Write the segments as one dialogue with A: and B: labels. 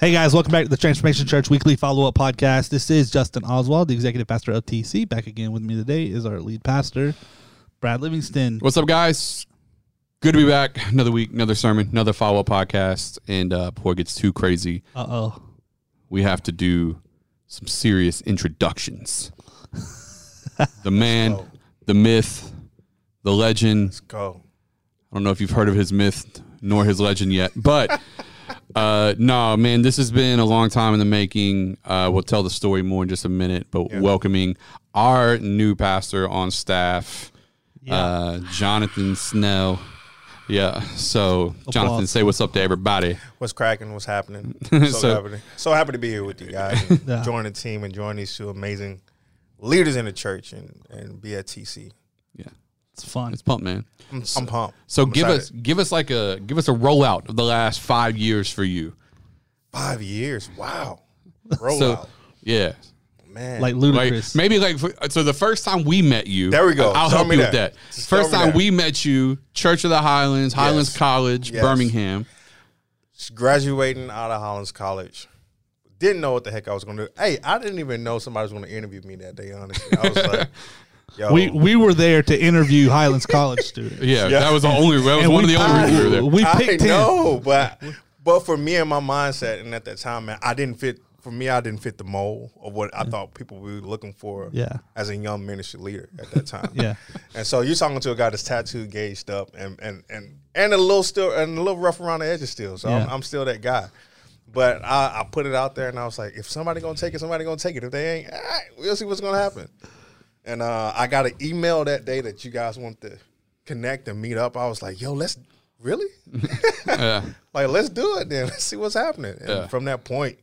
A: Hey guys, welcome back to the Transformation Church Weekly Follow Up Podcast. This is Justin Oswald, the executive pastor of TC. Back again with me today is our lead pastor, Brad Livingston.
B: What's up, guys? Good to be back. Another week, another sermon, another follow up podcast. And uh, before it gets too crazy,
A: Uh oh.
B: we have to do some serious introductions. the man, the myth, the legend.
C: Go.
B: I don't know if you've heard of his myth nor his legend yet, but uh, no, man, this has been a long time in the making. Uh, we'll tell the story more in just a minute, but welcoming our new pastor on staff, uh, Jonathan Snell. Yeah, so Jonathan, say what's up to everybody.
C: What's cracking? What's happening? So,
B: So-
C: happy to, so happy to be here with you guys. and Join the team and join these two amazing leaders in the church and, and be at TC.
B: Yeah,
A: It's fun.
B: it's pumped, man.
C: I'm, I'm pumped.
B: So
C: I'm
B: give
C: excited.
B: us give us like a give us a rollout of the last five years for you.
C: five years. Wow. Rollout.
B: So yeah,
C: Man.
A: Like
B: Like
A: ludicrous.
B: maybe like for- so the first time we met you.
C: There we go.
B: I'll
C: Tell
B: help
C: me
B: you with
C: that.
B: that.
C: Just tell
B: first
C: me
B: time
C: that.
B: we met you, Church of the Highlands, Highlands
C: Yes.
B: College,
C: Yes.
B: Birmingham.
C: graduating out of Hollins College. Didn't know what the heck I was going to do. Hey, I didn't even know somebody was going to interview me that day, honestly. I was like, yo.
A: we we were there to interview Highlands College students.
B: Yeah,
C: Yeah.
B: that was the only. That was
A: And
B: one
A: we
B: of the only
A: picked-
B: reasons we were there.
A: We
C: I
A: picked him.
C: know, but but for me and my mindset, and at that time, man, I didn't fit. For me, I didn't fit the mold of what I thought people were looking for.
A: Yeah.
C: as a young ministry leader at that time.
A: Yeah.
C: and so you're talking to a guy that's tattooed, gauged up, and and and and a little still and a little rough around the edges still. So I'm,
A: Yeah.
C: I'm still that guy. But I, I put it out there, and I was like, if somebody gonna take it, somebody gonna take it. If they ain't, all right, we'll see what's gonna happen. And uh, I got an email that day that you guys want to connect and meet up. I was like, yo, let's really like let's do it then let's see what's happening and
B: Yeah.
C: from that point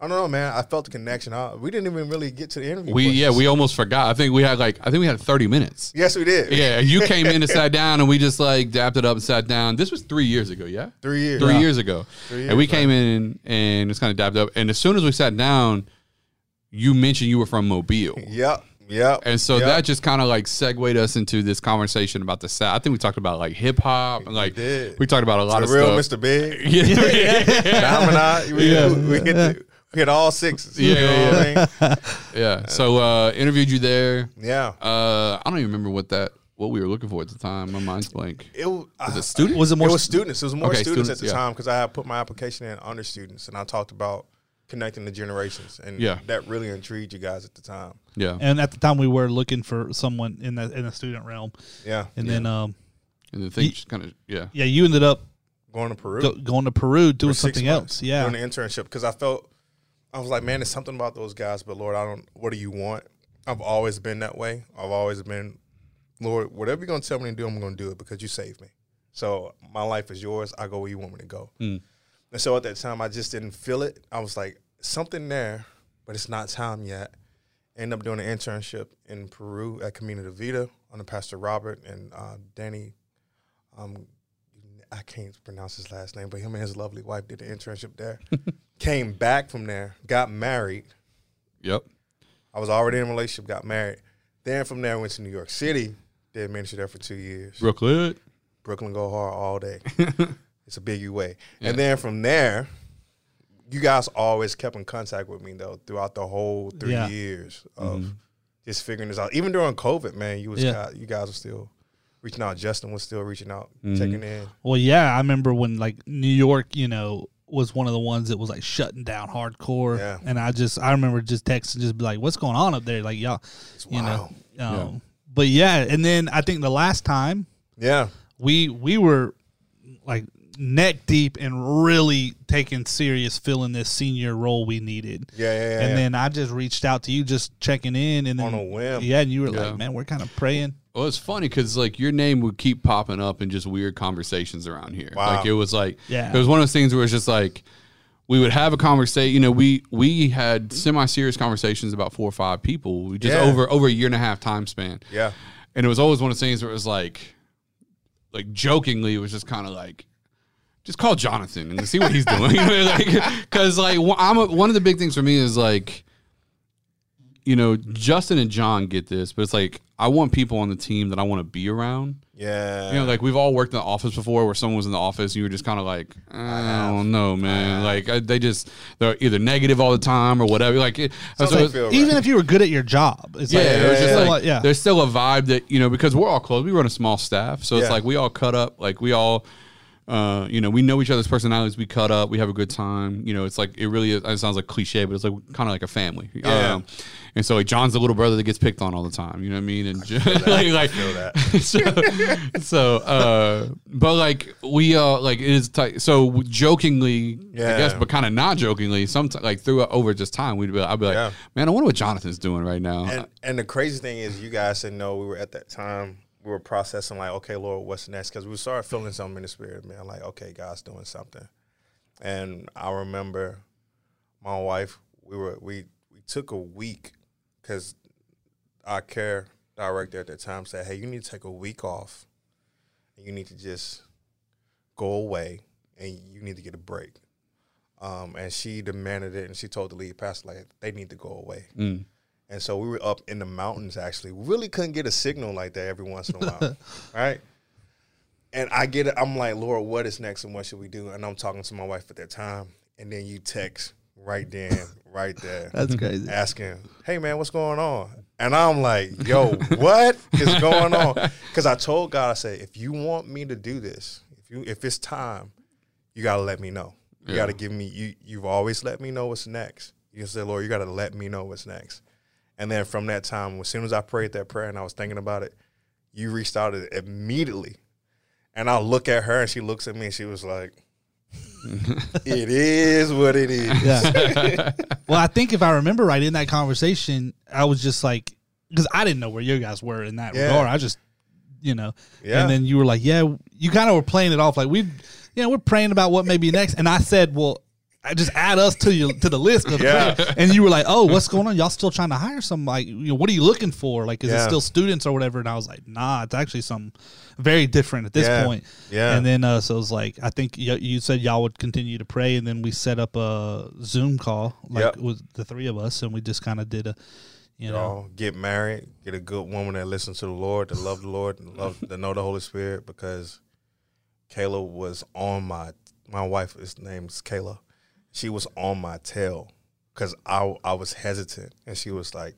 C: i don't know man i felt the connection I, we didn't even really get to the interview
B: We yeah
C: questions.
B: we almost forgot. I think we had like I think we had thirty minutes.
C: yes we did
B: Yeah, you came in and sat down, and we just like dapped it up and sat down. This was three years ago. Yeah,
C: Three years.
B: Three
C: Yeah.
B: years ago, and we came in and just kind of dapped up. And as soon as we sat down, you mentioned you were from Mobile.
C: yep yep
B: And so
C: yep.
B: that just kind of like segued us into this conversation about the South. I think we talked about like hip hop and like
C: did.
B: we talked about a lot
C: the
B: of
C: real
B: stuff.
C: mr big
B: Yeah, yeah,
C: Dom and I, we, we hit the, we hit all sixes you
B: Yeah,
C: know
B: yeah,
C: what I mean?
B: yeah. So uh, interviewed you there.
C: yeah
B: Uh, I don't even remember what that what we were looking for at the time. My mind's blank.
C: it was
B: Was it student?
A: Was it more?
C: it was students. It was more
B: Okay,
C: students,
B: students,
C: at the
B: yeah.
C: time because I had put my application in under students, and I talked about connecting the generations, and
B: Yeah.
C: that really intrigued you guys at the time.
B: yeah.
A: and at the time, we were looking for someone in the in the student realm,
C: Yeah,
A: and then um
B: And the thing just kind of yeah.
A: yeah, you ended up
C: going to Peru.
A: go, going to Peru doing
C: for six
A: something
C: months
A: else. Yeah,
C: Doing the internship because I felt I was like, man, there's something about those guys, but Lord, I don't. What do you want? I've always been that way. I've always been, Lord, whatever you're gonna tell me to do, I'm gonna do it because you saved me. So my life is yours. I go where you want me to go.
A: Mm.
C: And so at that time, I just didn't feel it. I was like, something there, but it's not time yet. End up doing an internship in Peru at Camino de Vida under Pastor Robert and uh, Danny. Um, I can't pronounce his last name, but him and his lovely wife did an internship there. Came back from there, got married.
B: Yep.
C: I was already in a relationship, got married. Then from there, went to New York City. Did ministry there for two years.
B: Brooklyn.
C: Brooklyn go hard all day. it's a big U way. And then from there, you guys always kept in contact with me though throughout the whole three
A: Yeah. Mm-hmm.
C: years of just figuring this out. Even during COVID, man, you was
A: Yeah.
C: guys, you guys were still reaching out. Justin was still reaching out,
A: Mm-hmm.
C: checking in.
A: Well, yeah, I remember when like New York, you know, was one of the ones that was like shutting down hardcore,
C: Yeah.
A: and I just I remember just texting, just be like, "What's going on up there?" Like y'all, you know.
C: wild.
A: Um, But yeah, and then I think the last time
C: Yeah,
A: we we were like neck deep and really taking serious filling this senior role we needed.
C: yeah, yeah. yeah
A: and
C: yeah.
A: then I just reached out to you, just checking in, and then
C: On a whim.
A: yeah, and you were
B: Yeah.
A: like, "Man, we're kind of praying."
B: Well, it's funny because like your name would keep popping up in just weird conversations around here.
C: Wow.
B: Like it was like
A: Yeah.
B: it was one of those things where it's just like we would have a conversation. You know, we we had semi serious conversations about four or five people we just
C: Yeah.
B: over over a year and a half time span.
C: yeah.
B: and it was always one of those things where it was like, like jokingly, it was just kind of like. Just call Jonathan and see what he's doing, because like, wh- I'm a, one of the big things for me is like, you know, Justin and John get this, but it's like I- I want people on the team that I want to be around.
C: Yeah.
B: You know, like we've all worked in the office before, where someone was in the office, and you were just kind of like, I don't know, man. Like I, they just they're either negative all the time or whatever. Like it, so
C: Doesn't
B: it's-
C: feel right.
A: Even if you were good at your job, it's
B: yeah,
A: like,
B: it was just
A: yeah,
B: like,
A: yeah.
B: there's still a vibe that you know because we're all close. We run a small staff, so it's
C: Yeah.
B: like we all cut up. Like we all, uh, you know, we know each other's personalities. We cut up. We have a good time. You know, it's like it really. Is, it sounds like cliche, but it's like kind of like a family. Um,
C: Yeah.
B: and so like John's the little brother that gets picked on all the time. You know what I mean? And like, like
C: feel that.
B: so, so uh, but like we uh like it is tight. So jokingly, I
C: Yeah.
B: guess, but kind of not jokingly, sometimes like through over just time, we'd be. I'd be like,
C: Yeah.
B: man, I wonder what Jonathan's doing right now.
C: And and the crazy thing is, you guys said no. We were at that time. We were processing like, okay, Lord, what's next? Because we started feeling something in the spirit, man. Like, okay, God's doing something. And I remember my wife. We were we we took a week because our care director at that time said, hey, you need to take a week off. You need to just go away, and you need to get a break. Um, and she demanded it, and she told the lead pastor like they need to go away.
B: Mm.
C: And so we were up in the mountains actually. Really couldn't get a signal like that every once in a while. right? And I get it, I'm like, Lord, what is next and what should we do? And I'm talking to my wife at that time. And then you text right then, right there,
A: That's crazy.
C: asking, Hey man, what's going on? And I'm like, yo, what is going on? Because I told God, I said, if you want me to do this, if you if it's time, you gotta let me know. You
B: Yeah.
C: gotta give me you you've always let me know what's next. You said, Lord, you gotta let me know what's next. And then from that time, as soon as I prayed that prayer and I was thinking about it, you reached out immediately. And I look at her and she looks at me and she was like, It is what it is.
A: Yeah. well, I think if I remember right, in that conversation, I was just like, because I didn't know where you guys were in that
C: Yeah.
A: regard. I just, you know,
C: Yeah.
A: and then you were like, yeah, you kind of were playing it off like we, you know, we're praying about what may be next, and I said, well. I just add us to your to the list of the
C: Yeah.
A: prayer. and you were like, "Oh, what's going on? Y'all still trying to hire some? Like, you know, what are you looking for? Like, is it
C: Yeah.
A: still students or whatever?" And I was like, "Nah, it's actually something very different at this
C: Yeah.
A: point."
C: Yeah.
A: And then uh, so it was like I think y- you said y'all would continue to pray, and then we set up a Zoom call like
C: Yep.
A: with the three of us, and we just kind of did a, you
C: You
A: know,
C: know, get married, get a good woman that listens to the Lord, that love the Lord, and love that know the Holy Spirit because Kayla was on my my wife is name's Kayla. She was on my tail because I I was hesitant and she was like,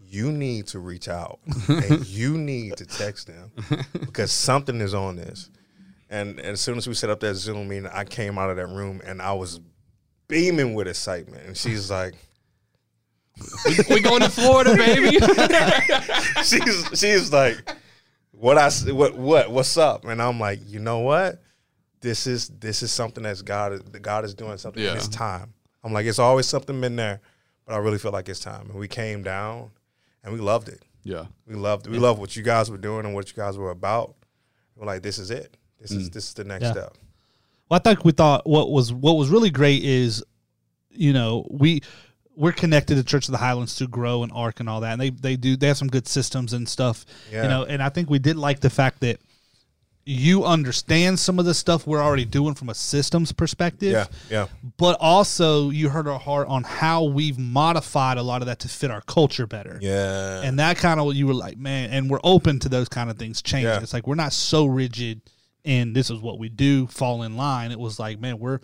C: You need to reach out and you need to text them because something is on this. And, and as soon as we set up that Zoom meeting, I came out of that room and I was beaming with excitement. And she's like,
B: we going to Florida, baby.
C: she's she's like, what I s- what what what's up? And I'm like, you know what? This is this is something that's God is God is doing something.
B: Yeah.
C: And it's time. I'm like, it's always something been there, but I really feel like it's time. And we came down, and we loved it.
B: yeah.
C: We loved we loved what you guys were doing and what you guys were about. We're like, this is it. This is
B: Mm.
C: this is the next
A: Yeah.
C: step.
A: Well, I think we thought what was what was really great is, you know, we we're connected to Church of the Highlands to grow and Arc and all that, and they they do they have some good systems and stuff, you
C: Yeah.
A: know, and I think we did like the fact that you understand some of the stuff we're already doing from a systems perspective.
C: Yeah, yeah,
A: But also, you heard our heart on how we've modified a lot of that to fit our culture better.
C: yeah.
A: And that kind of you were like, man, and we're open to those kind of things changing.
C: Yeah.
A: It's like we're not so rigid and this is what we do, fall in line. It was like, man, we're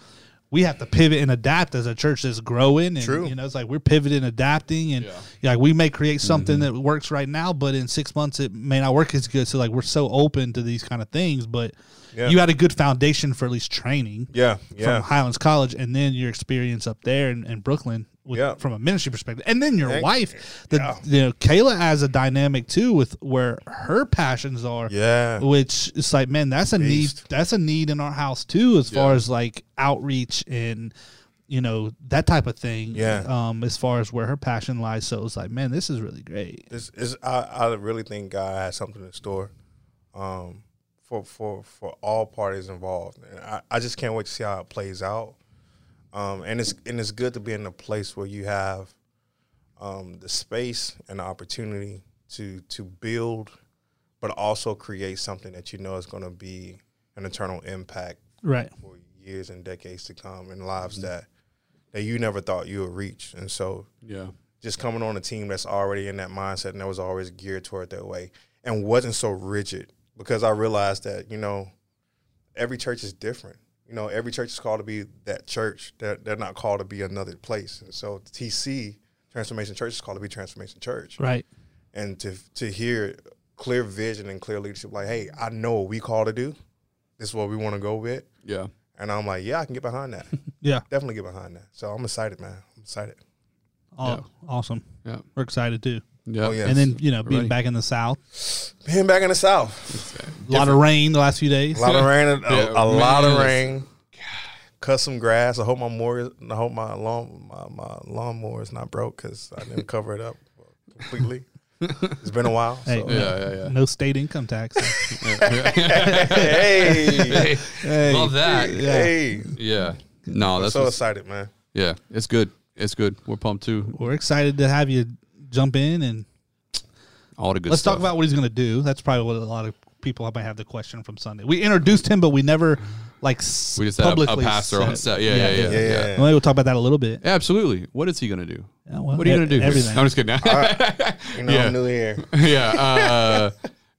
A: we have to pivot and adapt as a church that's growing and
C: True. Mm-hmm.
A: you know, it's like we're pivoting, adapting and like we may create something that works right now, but in six months it may not work as good. So like we're so open to these kind of things, but
C: Yeah.
A: you had a good foundation for at least training
C: yeah, yeah.
A: from Highlands College, and then your experience up there in, in Brooklyn with,
C: Yeah.
A: from a ministry perspective, and then your
C: Thank-
A: wife. The,
C: yeah.
A: You know, Kayla has a dynamic too with where her passions are.
C: Yeah.
A: Which it's like, man, that's a
C: Beast.
A: need. That's a need in our house too, as far as like outreach and you know that type of thing.
C: Yeah.
A: Um, as far as where her passion lies, so it's like, man, this is really great.
C: This is I, I really think God has something in store, um, for for for all parties involved, and I, I just can't wait to see how it plays out. Um, and it's and it's good to be in a place where you have, um, the space and the opportunity to to build, but also create something that you know is going to be an eternal impact
A: Right.
C: for years and decades to come in lives that that you never thought you would reach, and so
B: Yeah.
C: just coming on a team that's already in that mindset and that was always geared toward that way and wasn't so rigid because I realized that, you know, every church is different. You know, every church is called to be that church. They're, they're not called to be another place. And so TC, Transformation Church, is called to be Transformation Church.
A: Right.
C: And to, to hear clear vision and clear leadership, like, hey, I know what we call to do. This is what we want to go with.
B: Yeah.
C: And I'm like, yeah, I can get behind that.
A: Yeah.
C: Definitely get behind that. So I'm excited, man. I'm excited.
A: Aw- Awesome.
B: Yeah.
A: We're excited too.
B: Yeah.
C: Oh, yeah.
A: And then you know being
B: Alrighty.
A: back in the South,
C: Being back in the South.
A: a lot of rain the last few days.
C: A lot of rain. A,
B: Yeah,
C: a lot of
B: man.
C: rain. Cut some grass. I hope my mower, I hope my lawn, my, my lawnmower is not broke because I didn't cover it up completely. it's been a while.
A: Hey,
C: So.
A: no,
B: Yeah, yeah, yeah.
A: no state income tax.
C: hey,
B: Hey, Love that. Yeah.
C: hey!
B: No, that's
C: so
B: what's-
C: excited, man.
B: yeah. It's good. It's good. We're pumped too.
A: We're excited to have you jump in and
B: All the good.
A: let's
B: stuff.
A: talk about what he's going to do. That's probably what a lot of people might have the question from Sunday. We introduced him, but we never like s-
B: We just had a, a
A: publicly
B: pastor on
A: said-
B: set. Yeah, yeah, yeah. yeah.
C: Yeah,
A: Well, Maybe we'll talk about that a little bit.
B: Absolutely. What is he gonna do?
A: Yeah, well,
B: what are you
A: e-
B: gonna do?
A: everything.
B: I'm just kidding.
C: You know,
B: Yeah.
C: I'm new here.
B: yeah. Uh,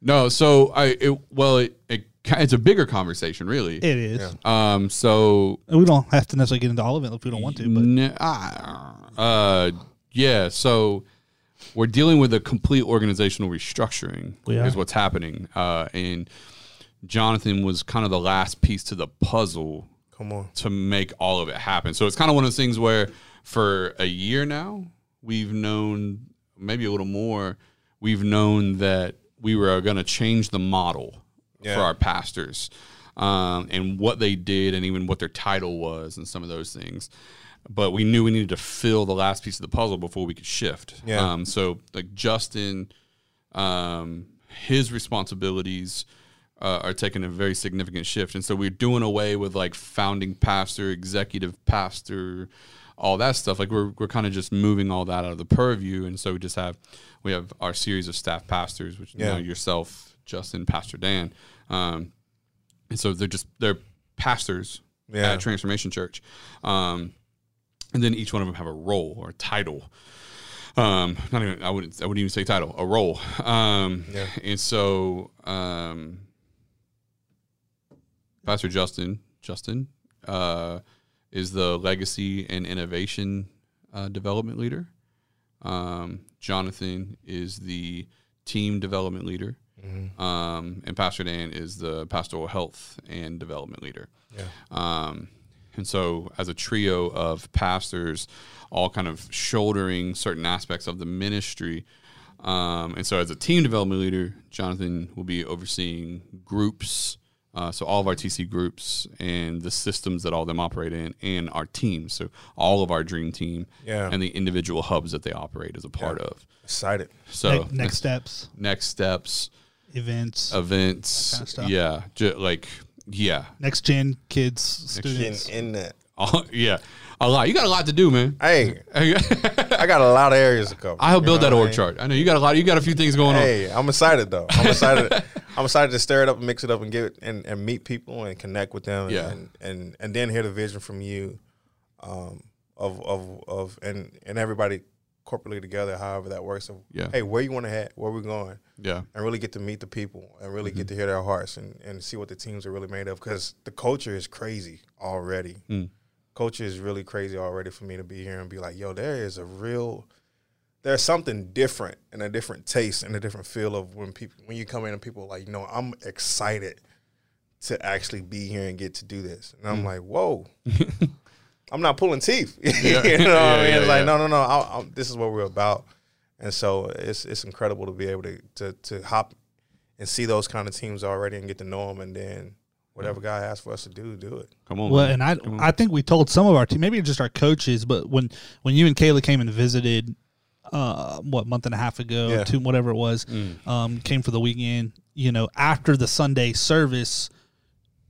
B: no. So I. It, well, it, it ki- it's a bigger conversation, really.
A: It is.
B: um. So
A: And We don't have to necessarily get into all of it if we don't want to. But
B: N- ah, uh, yeah. So we're dealing with a complete organizational restructuring.
A: We are.
B: Is what's happening. Uh, and Jonathan was kind of the last piece to the puzzle
C: Come on.
B: to make all of it happen. So it's kind of one of those things where for a year now, we've known maybe a little more, we've known that we were going to change the model
C: Yeah.
B: for our pastors um, and what they did and even what their title was and some of those things. But we knew we needed to fill the last piece of the puzzle before we could shift.
C: Yeah.
B: Um, so like Justin, um, his responsibilities uh, are taking a very significant shift, and so we're doing away with like founding pastor, executive pastor, all that stuff. Like we're we're kind of just moving all that out of the purview, and so we just have we have our series of staff pastors, which you
C: Yeah.
B: know yourself, Justin, Pastor Dan, um, and so they're just they're pastors
C: Yeah.
B: at Transformation Church, um, and then each one of them have a role or a title um not even i wouldn't i wouldn't even say title a role um
C: Yeah.
B: and so um pastor justin justin uh is the legacy and innovation uh, development leader um jonathan is the team development leader um and pastor dan is the pastoral health and development leader
C: Yeah.
B: um, and so, as a trio of pastors, all kind of shouldering certain aspects of the ministry. Um, and so, as a team development leader, Jonathan will be overseeing groups. Uh, so, all of our TC groups and the systems that all of them operate in, and our teams. So, all of our dream team
C: Yeah.
B: and the individual hubs that they operate as a part of.
C: Excited.
B: So, Oh.
A: ne- next steps,
B: next steps,
A: events,
B: events.
A: kinda stuff.
B: Yeah. Ju- like, yeah.
A: next gen kids, students.
C: Getting in that.
B: yeah. A lot. You got a lot to do, man.
C: Hey,
B: I
C: I got a lot of areas to cover.
B: will
C: you
B: build
C: know
B: that
C: what I
B: org
C: mean?
B: chart. I know you got a lot. You got a few things going on.
C: Hey, I'm excited though. I'm excited. I'm excited to stir it up and mix it up and get and, and meet people and connect with them.
B: Yeah.
C: And, and and then hear the vision from you, um, of of of and and everybody corporately together, however that works. Of,
B: Yeah.
C: Hey, where you want to head? Where we going?
B: Yeah,
C: And really get to meet the people and really get to hear their hearts and and see what the teams are really made of because the culture is crazy already.
B: Mm.
C: Culture is really crazy already for me to be here and be like, yo, there is a real there's something different and a different taste and a different feel of when people when you come in and people are like, you know, I'm excited to actually be here and get to do this. And I'm
B: Hmm.
C: like, whoa. I'm not pulling teeth. you know what
B: Yeah,
C: I mean?
B: yeah,
C: it's
B: yeah.
C: like, no, no, no. I, I, this is what we're about. And so it's it's incredible to be able to, to to hop and see those kind of teams already and get to know them, and then whatever
B: Hmm.
C: God asks for us to do, do it.
B: come on.
A: Well,
B: man.
A: and I
B: Come on.
A: I think we told some of our team, maybe just our coaches, but when when you and Kayla came and visited, uh, what month and a half ago,
C: Yeah.
A: two whatever
B: Mm.
A: it was, um, came for the weekend. You know, after the Sunday service,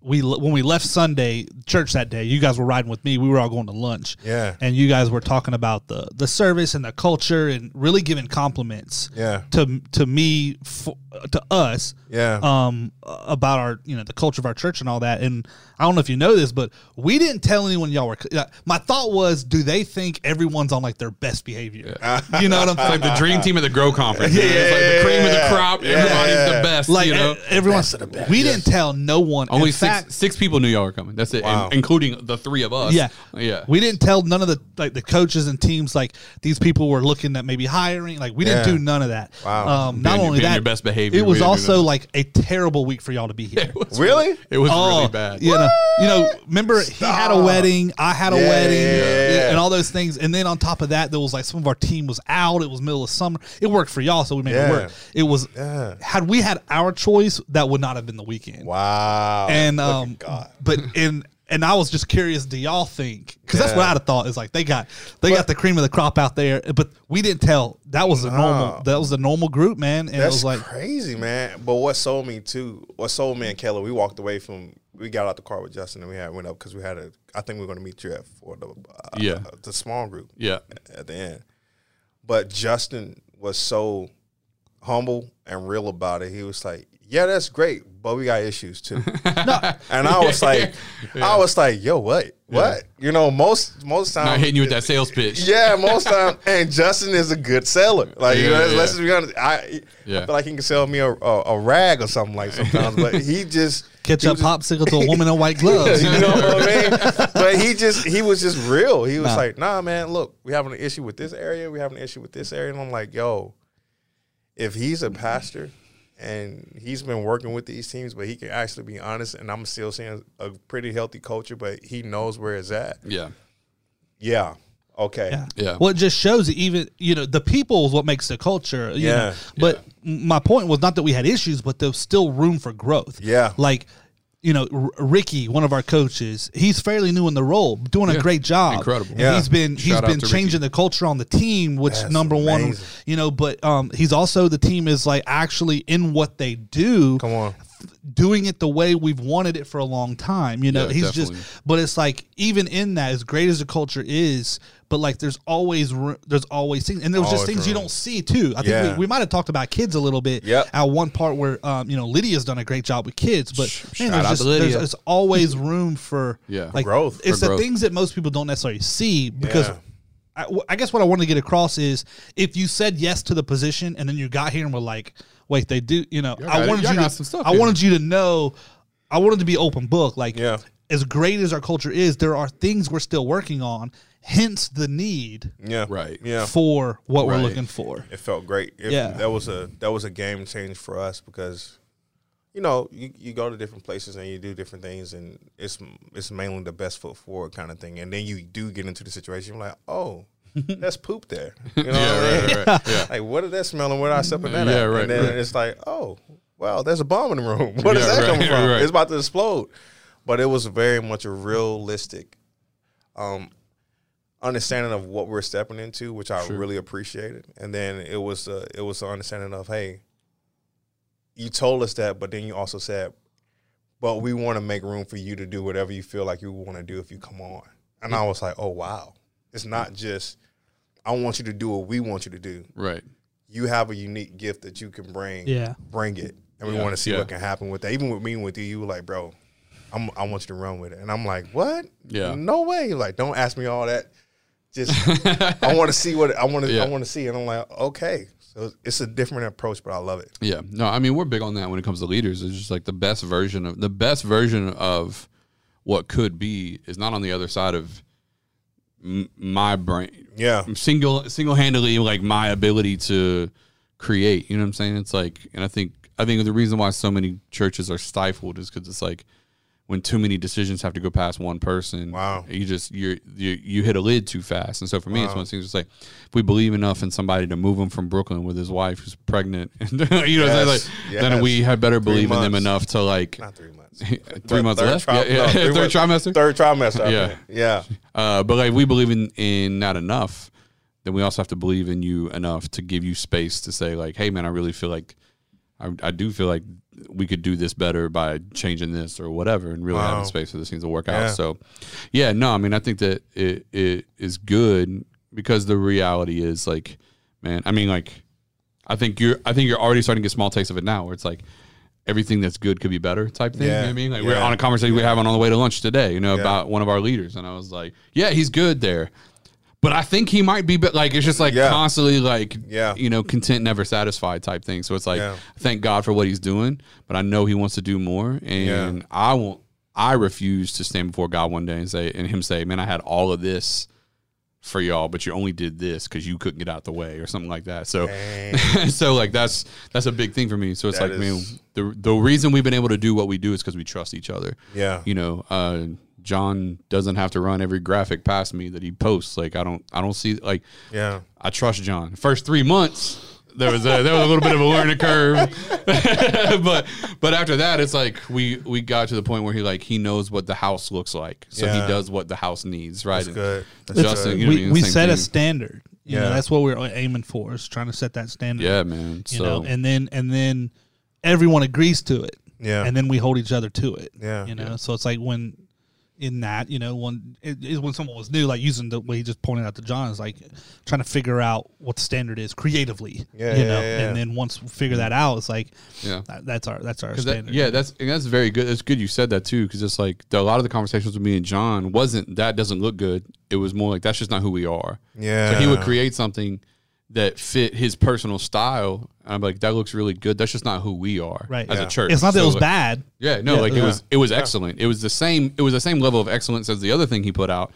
A: we le- when we left Sunday church that day, you guys were riding with me. We were all going to lunch.
C: Yeah.
A: and you guys were talking about the the service and the culture and really giving compliments.
C: Yeah.
A: to to me for, to us.
C: Yeah.
A: um about our you know the culture of our church and all that. And I don't know if you know this, but we didn't tell anyone y'all were. yeah, My thought was, do they think everyone's on like their best behavior?
C: Uh,
A: You know what I'm saying?
B: Like the dream team at the Grow Conference. Yeah, it's like the cream of the crop. Everybody's the best.
A: Like
B: you know,
A: e- everyone's. We didn't tell no one. In
B: only six
A: fact-
B: six people knew y'all were coming. That's it, and
C: Wow.
B: including the three of us.
A: Yeah,
B: yeah.
A: We didn't tell none of the like the coaches and teams like these people were looking at maybe hiring. Like we didn't
C: Yeah.
A: do none of that.
C: Wow.
A: Um, not
B: Being-
A: only
B: being
A: that,
B: your best behavior,
A: It
B: we
A: was
B: didn't do
A: also
B: that.
A: like a terrible week for y'all to be here.
C: Really?
B: it was
A: Oh,
B: really bad.
A: You know, you know. Remember, he had a wedding. I had a
C: Yeah,
A: wedding,
C: yeah, yeah.
A: and all those things. And then on top of that, there was like some of our team was out. It was middle of summer. It worked for y'all, so we made it
C: Yeah.
A: work. It was
C: Yeah.
A: had we had our choice, that would not have been the weekend
C: Wow.
A: and
C: Look at
A: um,
C: God.
A: but and and I was just curious, do y'all think? Because that's what
C: Yeah.
A: I'd have thought is like they got they got the cream of the crop out there, but we didn't tell. That was the normal. That was the normal group, man. And it
C: That's
A: was like,
C: crazy, man. But what sold me too, what sold me and Keller, we walked away from, we got out the car with Justin and we had went up because we had a, I think we were going to meet you at for the, uh,
B: Yeah.
C: the small group
B: Yeah,
C: at the end. But Justin was so humble and real about it. He was like, "Yeah, that's great, but we got issues too." and I was like, I was like, "Yo, what? What? You know, most most
B: not
C: times
B: hitting you with that sales pitch.
C: yeah, most time. And Justin is a good seller. Like, you
B: Yeah,
C: know, let's,
B: yeah.
C: let's just be honest. I,
B: Yeah.
C: I feel like he can sell me a, a, a rag or something like sometimes, but he just
A: ketchup
C: he was-
A: popsicle to a woman in white gloves.
C: You know what I mean? But he just he was just real. He was
A: Nah.
C: like, Nah, man, look, we having an issue with this area. We having an issue with this area. And I'm like, Yo, if he's a pastor. And he's been working with these teams, but he can actually be honest. And I'm still seeing a pretty healthy culture, but he knows where it's at.
B: yeah,
C: Yeah. Okay.
A: Yeah.
B: Yeah.
A: Well, it just shows that even you know the people is what makes the culture. You
C: Yeah.
A: Know? But m my point was not that we had issues, but there's still room for growth.
C: Yeah.
A: Like. You know, R- Ricky, one of our coaches, he's fairly new in the role, doing
B: Yeah.
A: a great job.
B: Incredible.
A: Yeah.
C: Yeah.
A: He's been he's
B: Shout out
A: been
B: to
A: changing the culture on the team, which
C: That's
A: number one,
C: amazing.
A: you know, but um he's also the team is like actually in what they do
C: Come on.
A: doing it the way we've wanted it for a long time. You know,
B: Yeah,
A: he's
B: definitely.
A: just, but it's like even in that, as great as the culture is, but like there's always ro- there's always things, and there was just
C: Always
A: things you
C: room.
A: don't see too. I think
C: Yeah.
A: we, we might have talked about kids a little bit.
C: Yep.
A: At one part where um you know Lydia's done a great job with kids, but man,
B: shout out
A: there's just
B: to Lydia.
A: there's, there's always room for
B: Yeah.
A: like
C: Growth.
A: It's
B: For
A: the
B: growth.
A: things that most people don't necessarily see because.
C: Yeah.
A: I, w- I guess what I wanted to get across is if you said yes to the position and then you got here and were like, wait, they do, you know,
B: got
A: I
B: it.
A: wanted
B: Y'all
A: you
B: got
A: to,
B: some stuff
A: I
B: here.
A: wanted you to know, I wanted to be open book. Like,
C: Yeah.
A: as great as our culture is, there are things we're still working on. Hence the need
C: Yeah.
B: Right.
C: Yeah.
A: for what
B: Right.
A: we're looking for.
C: It felt great. It-
A: Yeah.
C: That was a that was a game change for us because you know, you, you go to different places and you do different things and it's it's mainly the best foot forward kind of thing. And then you do get into the situation you're like, "Oh, that's poop there." You know what I
B: yeah,
C: mean?
B: right, right, right. yeah.
C: Like, what did that smell and where did I separate that
B: Yeah,
C: at?
B: right,
C: And then
B: right.
C: it's like, "Oh, wow, there's a bomb in the room. Where does
B: Yeah,
C: that
B: right,
C: come from?
B: right.
C: It's about to explode." But it was very much a realistic um, understanding of what we're stepping into, which I really appreciated. And then it was uh, it was an understanding of hey, you told us that, but then you also said, but we want to make room for you to do whatever you feel like you want to do if you come on. And
B: Mm.
C: I was like, oh wow, it's not just I want you to do what we want you to do.
B: Right.
C: You have a unique gift that you can bring.
A: Yeah.
C: bring it, and we
B: Yeah,
C: want to see
B: yeah.
C: what can happen with that. Even with me and with you, you were like, bro. I'm, I want you to run with it, and I'm like, "What?
B: Yeah.
C: no way!" You're like, "Don't ask me all that just I want to see what I want to
B: Yeah.
C: I want to see, and I'm like, okay, so it's a different approach, but I love it.
B: Yeah. No, I mean we're big on that when it comes to leaders. It's just like the best version of the best version of what could be is not on the other side of m- my brain
C: Yeah,
B: single single handedly like my ability to create. You know what I'm saying? It's like, and I think I think the reason why so many churches are stifled is because it's like when too many decisions have to go past one person.
C: Wow.
B: you just you're, you you hit a lid too fast. And so for me, it's one of those things. It's like if we believe enough in somebody to move him from Brooklyn with his wife who's pregnant, and you know, what I'm saying? like
C: Yes,
B: then
C: yes.
B: we had better
C: Three
B: believe in them
C: months.
B: enough to like.
C: not three months,
B: Three
C: Thir-
B: months
C: third
B: left,
C: tri-
B: yeah, yeah.
C: no,
B: third
C: months-
B: trimester.
C: third trimester.
B: Yeah.
C: Yeah, yeah,
B: Uh, but like we believe in in that enough, then we also have to believe in you enough to give you space to say like, hey man, I really feel like I, I do feel like we could do this better by changing this or whatever and really
C: Wow.
B: having space for this things to work
C: Yeah.
B: out. So yeah, no, I mean I think that it it is good because the reality is like, man, I mean like I think you're I think you're already starting to get small tastes of it now where it's like everything that's good could be better type thing. You know
C: Yeah.
B: what I mean? Like we're
C: Yeah.
B: on a conversation we were having on the way to lunch today, you know,
C: Yeah.
B: about one of our leaders. And I was like, Yeah, he's good there. But I think he might be, but like it's just like
C: Yeah.
B: constantly like
C: Yeah.
B: you know, content never satisfied type thing. So it's like,
C: Yeah.
B: thank God for what he's doing, but I know he wants to do more, and
C: Yeah.
B: I won't. I refuse to stand before God one day and say, and him say, man, I had all of this for y'all, but you only did this because you couldn't get out the way or something like that. So,
C: Dang.
B: so like that's that's a big thing for me. So it's
C: That
B: like,
C: is-
B: man, the the reason we've been able to do what we do is because we trust each other
C: Yeah.
B: you know, uh, John doesn't have to run every graphic past me that he posts. Like I don't, I don't see like
C: Yeah.
B: I trust John. First three months there was a, there was a little bit of a learning curve, but but after that it's like we we got to the point where he like he knows what the house looks like, so
C: Yeah.
B: he does what the house needs. Right,
C: That's
B: And
C: good. That's
B: Justin,
C: good.
B: you know, what I
A: we
B: mean?
A: we
B: Same
A: set a
B: thing.
A: standard. You know,
C: Yeah.
A: that's what we're aiming for is trying to set that standard.
B: yeah, man.
A: You
B: so
A: know, and then and then everyone agrees to it.
C: Yeah.
A: And then we hold each other to it.
C: Yeah.
A: You know, so it's like when in that, you know, when it, it- when someone was new, like using the way he just pointed out to John is like trying to figure out what the standard is creatively.
C: Yeah,
A: You
C: yeah,
A: know,
C: yeah, yeah.
A: and then once we figure that out, it's like
B: yeah.
A: that, that's our that's our
B: 'Cause that-
A: standard.
B: yeah, that's and that's very good. It's good you said that too, because it's like the, a lot of the conversations with me and John wasn't that doesn't look good. It was more like that's just not who we are.
C: Yeah.
B: So he would create something that fit his personal style. I'm like, that looks really good. That's just not who we are
A: Right.
B: as
A: Yeah.
B: a church.
A: It's not that
B: So, uh,
A: it was
B: like-
A: bad.
B: Yeah, no,
A: Yeah.
B: like
A: Yeah.
B: it was it was excellent. It was the same it was the same level of excellence as the other thing he put out,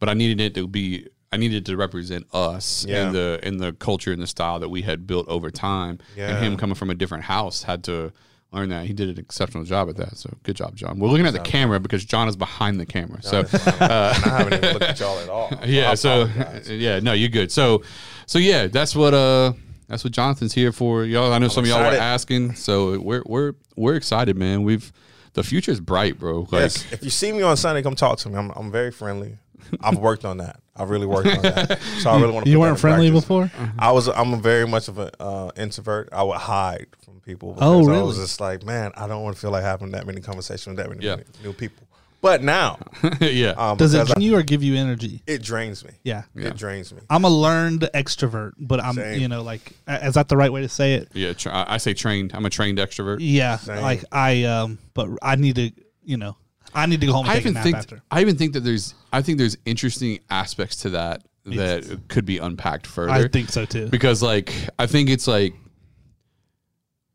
B: but I needed it to be I needed it to represent us
C: Yeah.
B: and the and the culture and the style that we had built over time.
C: Yeah.
B: And him coming from a different house had to learn that. He did an exceptional job at that. So good job, John. We're looking at the camera because John is behind the camera. So
C: and I haven't even looked at y'all at all.
B: uh, yeah
C: I
B: so
C: apologize.
B: yeah no you're good so so yeah that's what uh that's what jonathan's here for y'all i know some of y'all were
C: excited.
B: asking so we're we're we're excited man we've the future's bright bro like
C: yes, if you see me on Sunday, come talk to me. I'm, I'm very friendly. I've worked on that. I've really worked on that. So I really want to.
A: You weren't friendly before?
C: I was. I'm very much of an uh, introvert. I would hide from people.
A: Oh,
C: because I
A: really?
C: was just like, man, I don't want to feel like having that many conversations with that many
B: Yeah.
C: new people. But now,
B: yeah
C: um,
A: Does it
C: because I-
A: drain you or give you energy?
C: it drains me.
A: Yeah.
C: It drains me.
A: I'm a learned extrovert, but I'm
C: Same.
A: you know like a- is that the right way to say it?
B: yeah tra- I- i say trained i'm a trained extrovert
A: Yeah,
C: Same.
A: like I um, but I need to you know I need to go home and
B: i
A: take a
B: even
A: nap
B: think
A: after.
B: i even think that there's i think there's interesting aspects to that that could be unpacked further
A: I think so too.
B: because like i think it's like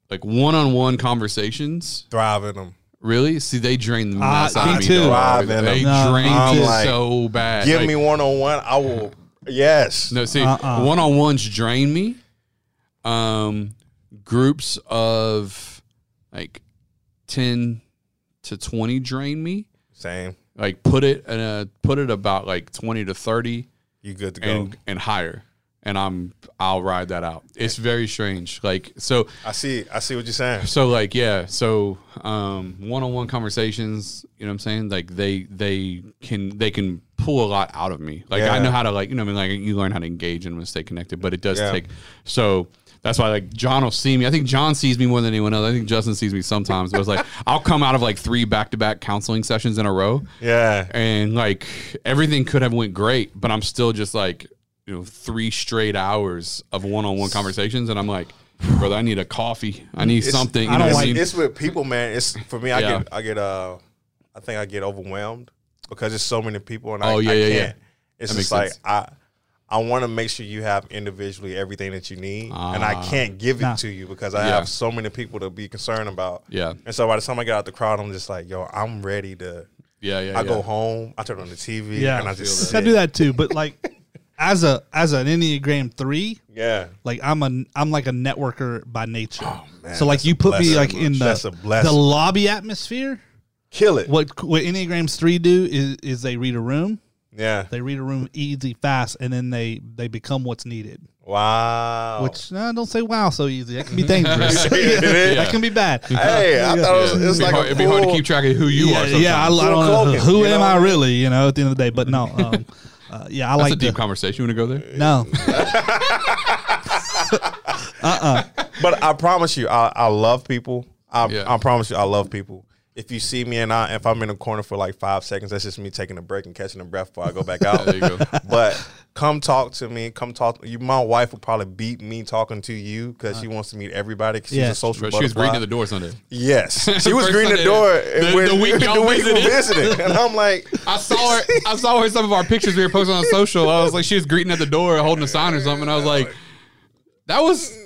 B: like one-on-one conversations
C: Thriving them.
B: Really? See, they drain the
A: Ah,
B: mess out
A: me
B: of me.
A: too.
B: Too.
C: Rob and
B: they
A: them.
B: drain
A: No,
B: me
A: I'm
C: like,
B: so bad.
C: Give
B: Like,
C: me one on one. I will. Yes.
B: no. See,
A: Uh-uh.
B: one on ones drain me. Um, groups of like ten to twenty drain me.
C: Same.
B: Like put it in a put it about like twenty to thirty
C: You good to go.
B: and and higher. And I'm I'll ride that out. It's very strange. Like so.
C: I see. I see what you're saying.
B: So like yeah, so um one-on-one conversations, you know what I'm saying? Like they they can they can pull a lot out of me. Like I
C: Yeah.
B: know how to like, you know what I mean, like you learn how to engage and stay connected, but it does
C: Yeah.
B: take so that's why like John will see me. I think John sees me more than anyone else. I think Justin sees me sometimes, but it's like I'll come out of like three back-to-back counseling sessions in a row
C: Yeah.
B: and like everything could have went great, but I'm still just like you know three straight hours of one-on-one conversations, and I'm like, brother, I need a coffee, I need something. You
A: I
B: know
A: don't
B: what
A: like-
B: mean?
C: it's with people, man. It's for me. I
B: Yeah.
C: get, I get, uh, I think I get overwhelmed because there's so many people, and I,
B: Oh, yeah,
C: I
B: yeah, yeah.
C: can't. It's
B: That makes
C: just like
B: sense.
C: I, I want to make sure you have individually everything that you need, and I can't give it
A: Nah.
C: to you because I
B: Ah. Yeah.
C: have so many people to be concerned about.
B: Yeah.
C: and so by the time I get out the crowd, I'm just like, yo, I'm ready to.
B: yeah, yeah.
C: I
B: yeah.
C: go home, I turn on the TV,
A: Yeah.
C: and I just
A: I
C: sit.
A: do that too, but like as a as an Enneagram three,
C: Yeah,
A: like I'm a I'm like a networker by nature.
C: Oh, man,
A: so like
C: that's
A: you
C: a
A: put me
C: blessing.
A: like in the
C: That's a blessing.
A: the lobby atmosphere.
C: kill it.
A: What what Enneagrams three do is is they read a room,
C: Yeah,
A: they read a room easy fast, and then they they become what's needed.
C: Oh. wow.
A: Which uh, don't say wow so easy. That can be dangerous.
C: Yeah.
A: That can be bad.
C: hey, I thought it was, it's
B: it'd, be
C: like
B: hard,
C: a
B: it'd be hard to
C: full-
B: keep track of who you
A: yeah,
B: are. Sometimes.
A: yeah. I, I don't know
C: Cloaking,
A: who
C: you
A: am
C: know?
A: I really. You know, at the end of the day, but no, um, uh, yeah, I
B: that's
A: like
B: a deep
A: the-
B: conversation. You want to go there?
A: no.
C: But I promise you, I, I love people. I,
B: Yeah.
C: I promise you, I love people. If you see me and I, if I'm in a corner for like five seconds, that's just me taking a break and catching a breath before I go back out.
B: There you go.
C: but come talk to me. Come talk. You, my wife will probably beat me talking to you because she wants to meet everybody. 'cause
A: Yeah.
C: she's a social.
B: But Uh-huh. she was greeting at
C: butterfly.
B: the door Sunday.
C: Yes, she was
B: First
C: greeting
B: Sunday,
C: the door
B: the-
C: when-
B: the week y'all
C: the week we
B: visited.
C: visited, and I'm like,
B: I saw her. I saw her. Some of our pictures we were posting on social. I was like, she was greeting at the door, holding a sign or something. I was like, that was.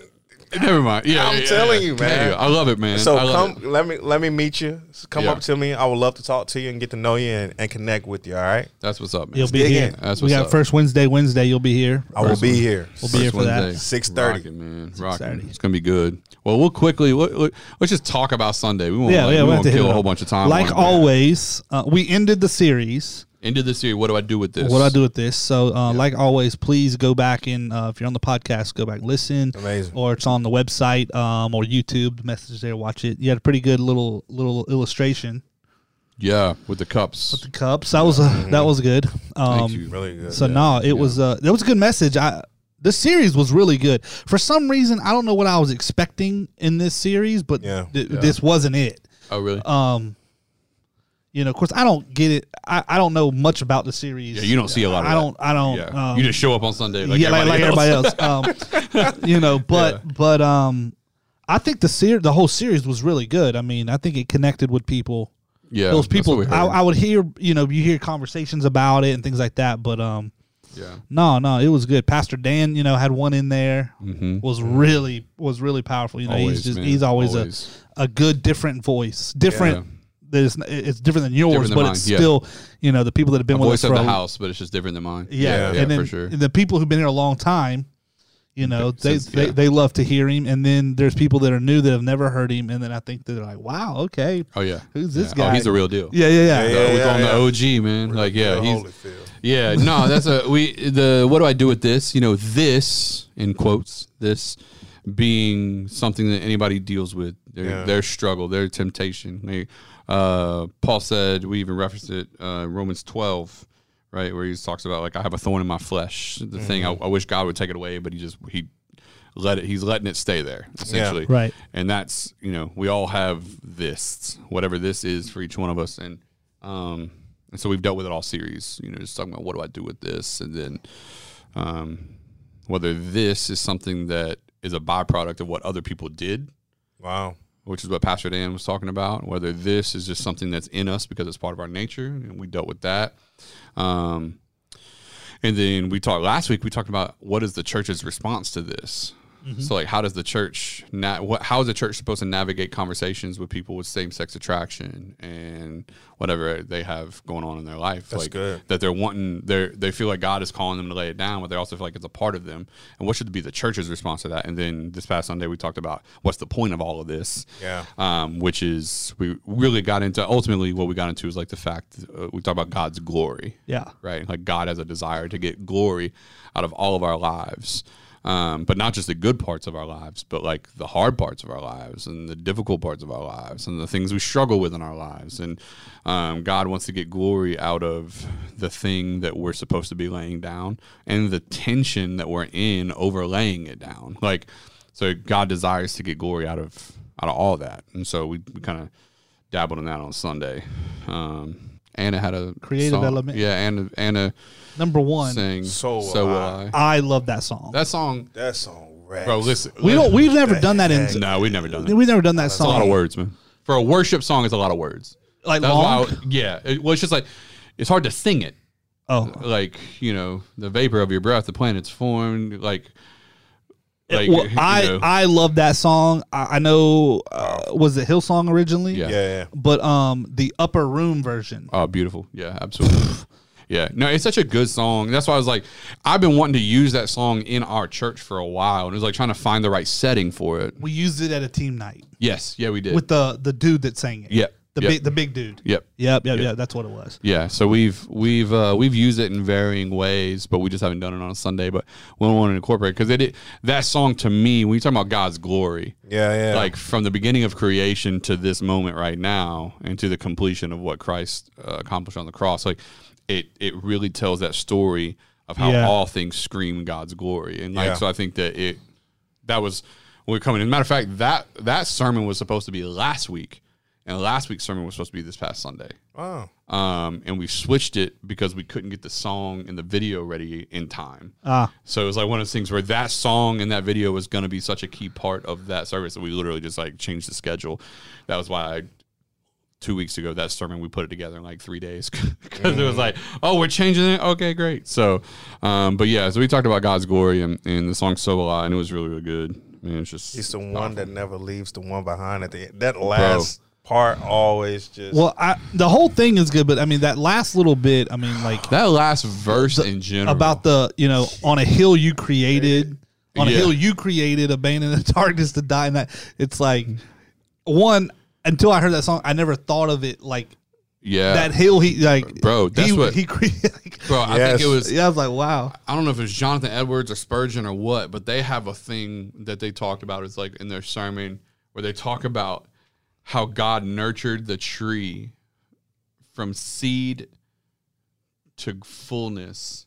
B: Never mind. Yeah,
C: I'm
B: yeah,
C: telling
B: yeah.
C: you, man.
B: Yeah, I love it, man.
C: so
B: I love
C: come
B: it.
C: let me let me meet you. Come
B: Yeah.
C: up to me. I would love to talk to you and get to know you and, and connect with you. All right,
B: That's what's up, man.
A: You'll be
C: dig
A: here.
C: in.
B: That's
A: we
B: what's
A: got
B: up.
A: first Wednesday. Wednesday, you'll be here.
C: I will be here.
A: We'll be here for that.
C: Six thirty.
B: Rock it, man. Rock it.
A: 6:30.
B: It's gonna be good. Well, we'll quickly we'll, we'll- let's just talk about Sunday. We won't.
A: Yeah,
B: like,
A: yeah.
B: we
A: We'll have
B: won't
A: to hit
B: kill
A: it
B: a whole
A: up.
B: bunch of time.
A: Like
B: on it.
A: always, uh, we ended the series.
B: End of this year. What do I do with this?
A: What I do with this? So, uh, like always, please go back and uh, if you're on the podcast, go back listen.
C: Amazing.
A: Or it's on the website um, or YouTube. The message there. Watch it. You had a pretty good little little illustration.
B: Yeah, with the cups.
A: The cups. That was uh, that was good. Um,
B: Thank you.
C: Really good.
A: So no, it was uh that was a good message. I this series was really good. For some reason, I don't know what I was expecting in this series, but
C: Yeah.
A: th- this wasn't it.
B: Oh, really?
A: Um you know, of course I don't get it. I, I don't know much about the series.
B: Yeah, you don't see a lot of
A: I
B: that.
A: don't I don't
B: yeah.
A: um,
B: you just show up on Sunday. Like
A: yeah, like, like
B: everybody
A: everybody
B: else.
A: else. Um, you know, but but um I think the ser- the whole series was really good. I mean, I think it connected with people
B: Yeah,
A: those
B: that's what
A: people
B: we
A: I,
B: heard.
A: I would hear you know you hear conversations about it and things like that but um
B: yeah.
A: no no it was good pastor dan you know had one in there was really was really powerful you know
B: Mm-hmm. Always,
A: he's just
B: man,
A: he's always,
B: always.
A: a a good different voice different
B: Yeah.
A: there's it's different than yours
B: Different than
A: but
B: mine,
A: it's
B: yeah.
A: still you know the people that have been with us
B: Voice of
A: for
B: the
A: a,
B: house, but it's just different than mine.
A: yeah,
B: yeah,
A: and then
B: for sure.
A: the people who've been here a long time you know they,
B: Since-
A: they
B: yeah.
A: they love to hear him and then there's people that are new that have never heard him and then i think they're like wow okay
B: Oh yeah,
A: Who's this
B: Yeah. Oh,
A: guy?
B: he's the real deal.
A: yeah yeah yeah,
B: Uh,
C: Yeah, yeah,
B: we call him
C: yeah.
B: the OG man. like yeah, he's
C: Holyfield.
B: yeah. No, that's a we the what do I do with this? You know, this in quotes this being something that anybody deals with their,
C: Yeah.
B: their struggle, their temptation. They- uh, Paul said we even referenced it uh, Romans twelve. Right where he talks about like I have a thorn in my flesh, the thing I, I wish God would take it away, but he just he let it. He's letting it stay there essentially.
A: Right.
B: And that's you know we all have this whatever this is for each one of us, and um and so we've dealt with it all series. You know, just talking about what do I do with this, and then um whether this is something that is a byproduct of what other people did,
C: Wow.
B: which is what Pastor Dan was talking about. Whether this is just something that's in us because it's part of our nature, and we dealt with that. Um, and then we talked last week. We talked about what is the church's response to this. So, like, how does the church na- what, How is the church supposed to navigate conversations with people with same sex attraction and whatever they have going on in their life? like
C: good.
B: that they're wanting. They they feel like God is calling them to lay it down, but they also feel like it's a part of them. And what should be the church's response to that? And then this past Sunday, we talked about what's the point of all of this
C: Yeah.
B: um, which is we really got into ultimately what we got into is like the fact uh, we talk about God's glory,
A: yeah.
B: right? Like God has a desire to get glory out of all of our lives, um, but not just the good parts of our lives, but like the hard parts of our lives and the difficult parts of our lives and the things we struggle with in our lives. And um, God wants to get glory out of the thing that we're supposed to be laying down and the tension that we're in over laying it down, like. So God desires to get glory out of out of all that, and so we, we kind of dabbled in that on Sunday. Um, Anna had a
A: Creative
B: song-
A: element.
B: yeah. Anna Anna
A: number one
B: sang
C: So Will
B: Will
C: I.
A: i love that song
B: That song,
C: That song racks.
B: bro. Listen,
A: we don't we've never done that in
B: No, we've never done that.
A: We've never done that
B: It's a
A: song.
B: lot of words, man. For a worship song, it's a lot of words.
A: Like
B: That's why,
A: long.
B: I- yeah. It, well, it's just like it's hard to sing it.
A: oh,
B: Like you know, the vapor of your breath, the planets formed. Like, like
A: well,
B: you
A: I
B: know.
A: I love that song. I, I know uh, was it Hillsong originally?
B: Yeah.
C: Yeah, yeah.
A: But um, the upper room version.
B: Oh, beautiful. Yeah, absolutely. yeah. No, it's such a good song. That's why I was like, I've been wanting to use that song in our church for a while. And it was like trying to find the right setting for it.
A: We used it at a team night
B: Yes. Yeah, we did.
A: with the the dude that sang it.
B: Yeah,
A: The
B: yeah.
A: big the big dude.
B: yep.
A: Yep, yep, yep. That's what it was.
B: Yeah. So we've we've uh, we've used it in varying ways, but we just haven't done it on a Sunday. But we want to incorporate because it, it that song to me, when you talk about God's glory,
C: Yeah, yeah.
B: like from the beginning of creation to this moment right now and to the completion of what christ uh, accomplished on the cross like it it really tells that story of how
A: Yeah.
B: all things scream god's glory and like
C: Yeah.
B: so i think that it that was we're coming. As a matter of fact, that that sermon was supposed to be last week, and last week's sermon was supposed to be this past Sunday.
C: Oh,
B: Um, and we switched it because we couldn't get the song and the video ready in time.
A: Ah,
B: So it was like one of those things where that song and that video was going to be such a key part of that service that we literally just like changed the schedule. That was why I, two weeks ago that sermon we put it together in like three days because
A: Mm.
B: it was like, oh, we're changing it. Okay, great. So, um, but yeah, so we talked about God's glory and, and the song so a lot, and it was really really good. I mean, it's just
C: he's the one that never leaves the one behind at the end. That last part always just
A: well, I, the whole thing is good, but I mean that last little bit. I mean, like
B: that last verse in general
A: about the you know on a hill you created, on a
B: Yeah.
A: hill you created, abandon the darkness to die. And that it's like one until I heard that song, I never thought of it like
B: yeah.
A: that hill. He like
B: Bro, that's
A: he,
B: what-
A: he created. Like,
B: Bro, I
C: Yes.
B: think it was
A: yeah, I was like, wow.
B: I don't know if it's Jonathan Edwards or Spurgeon or what, but they have a thing that they talked about. It's like in their sermon where they talk about how God nurtured the tree from seed to fullness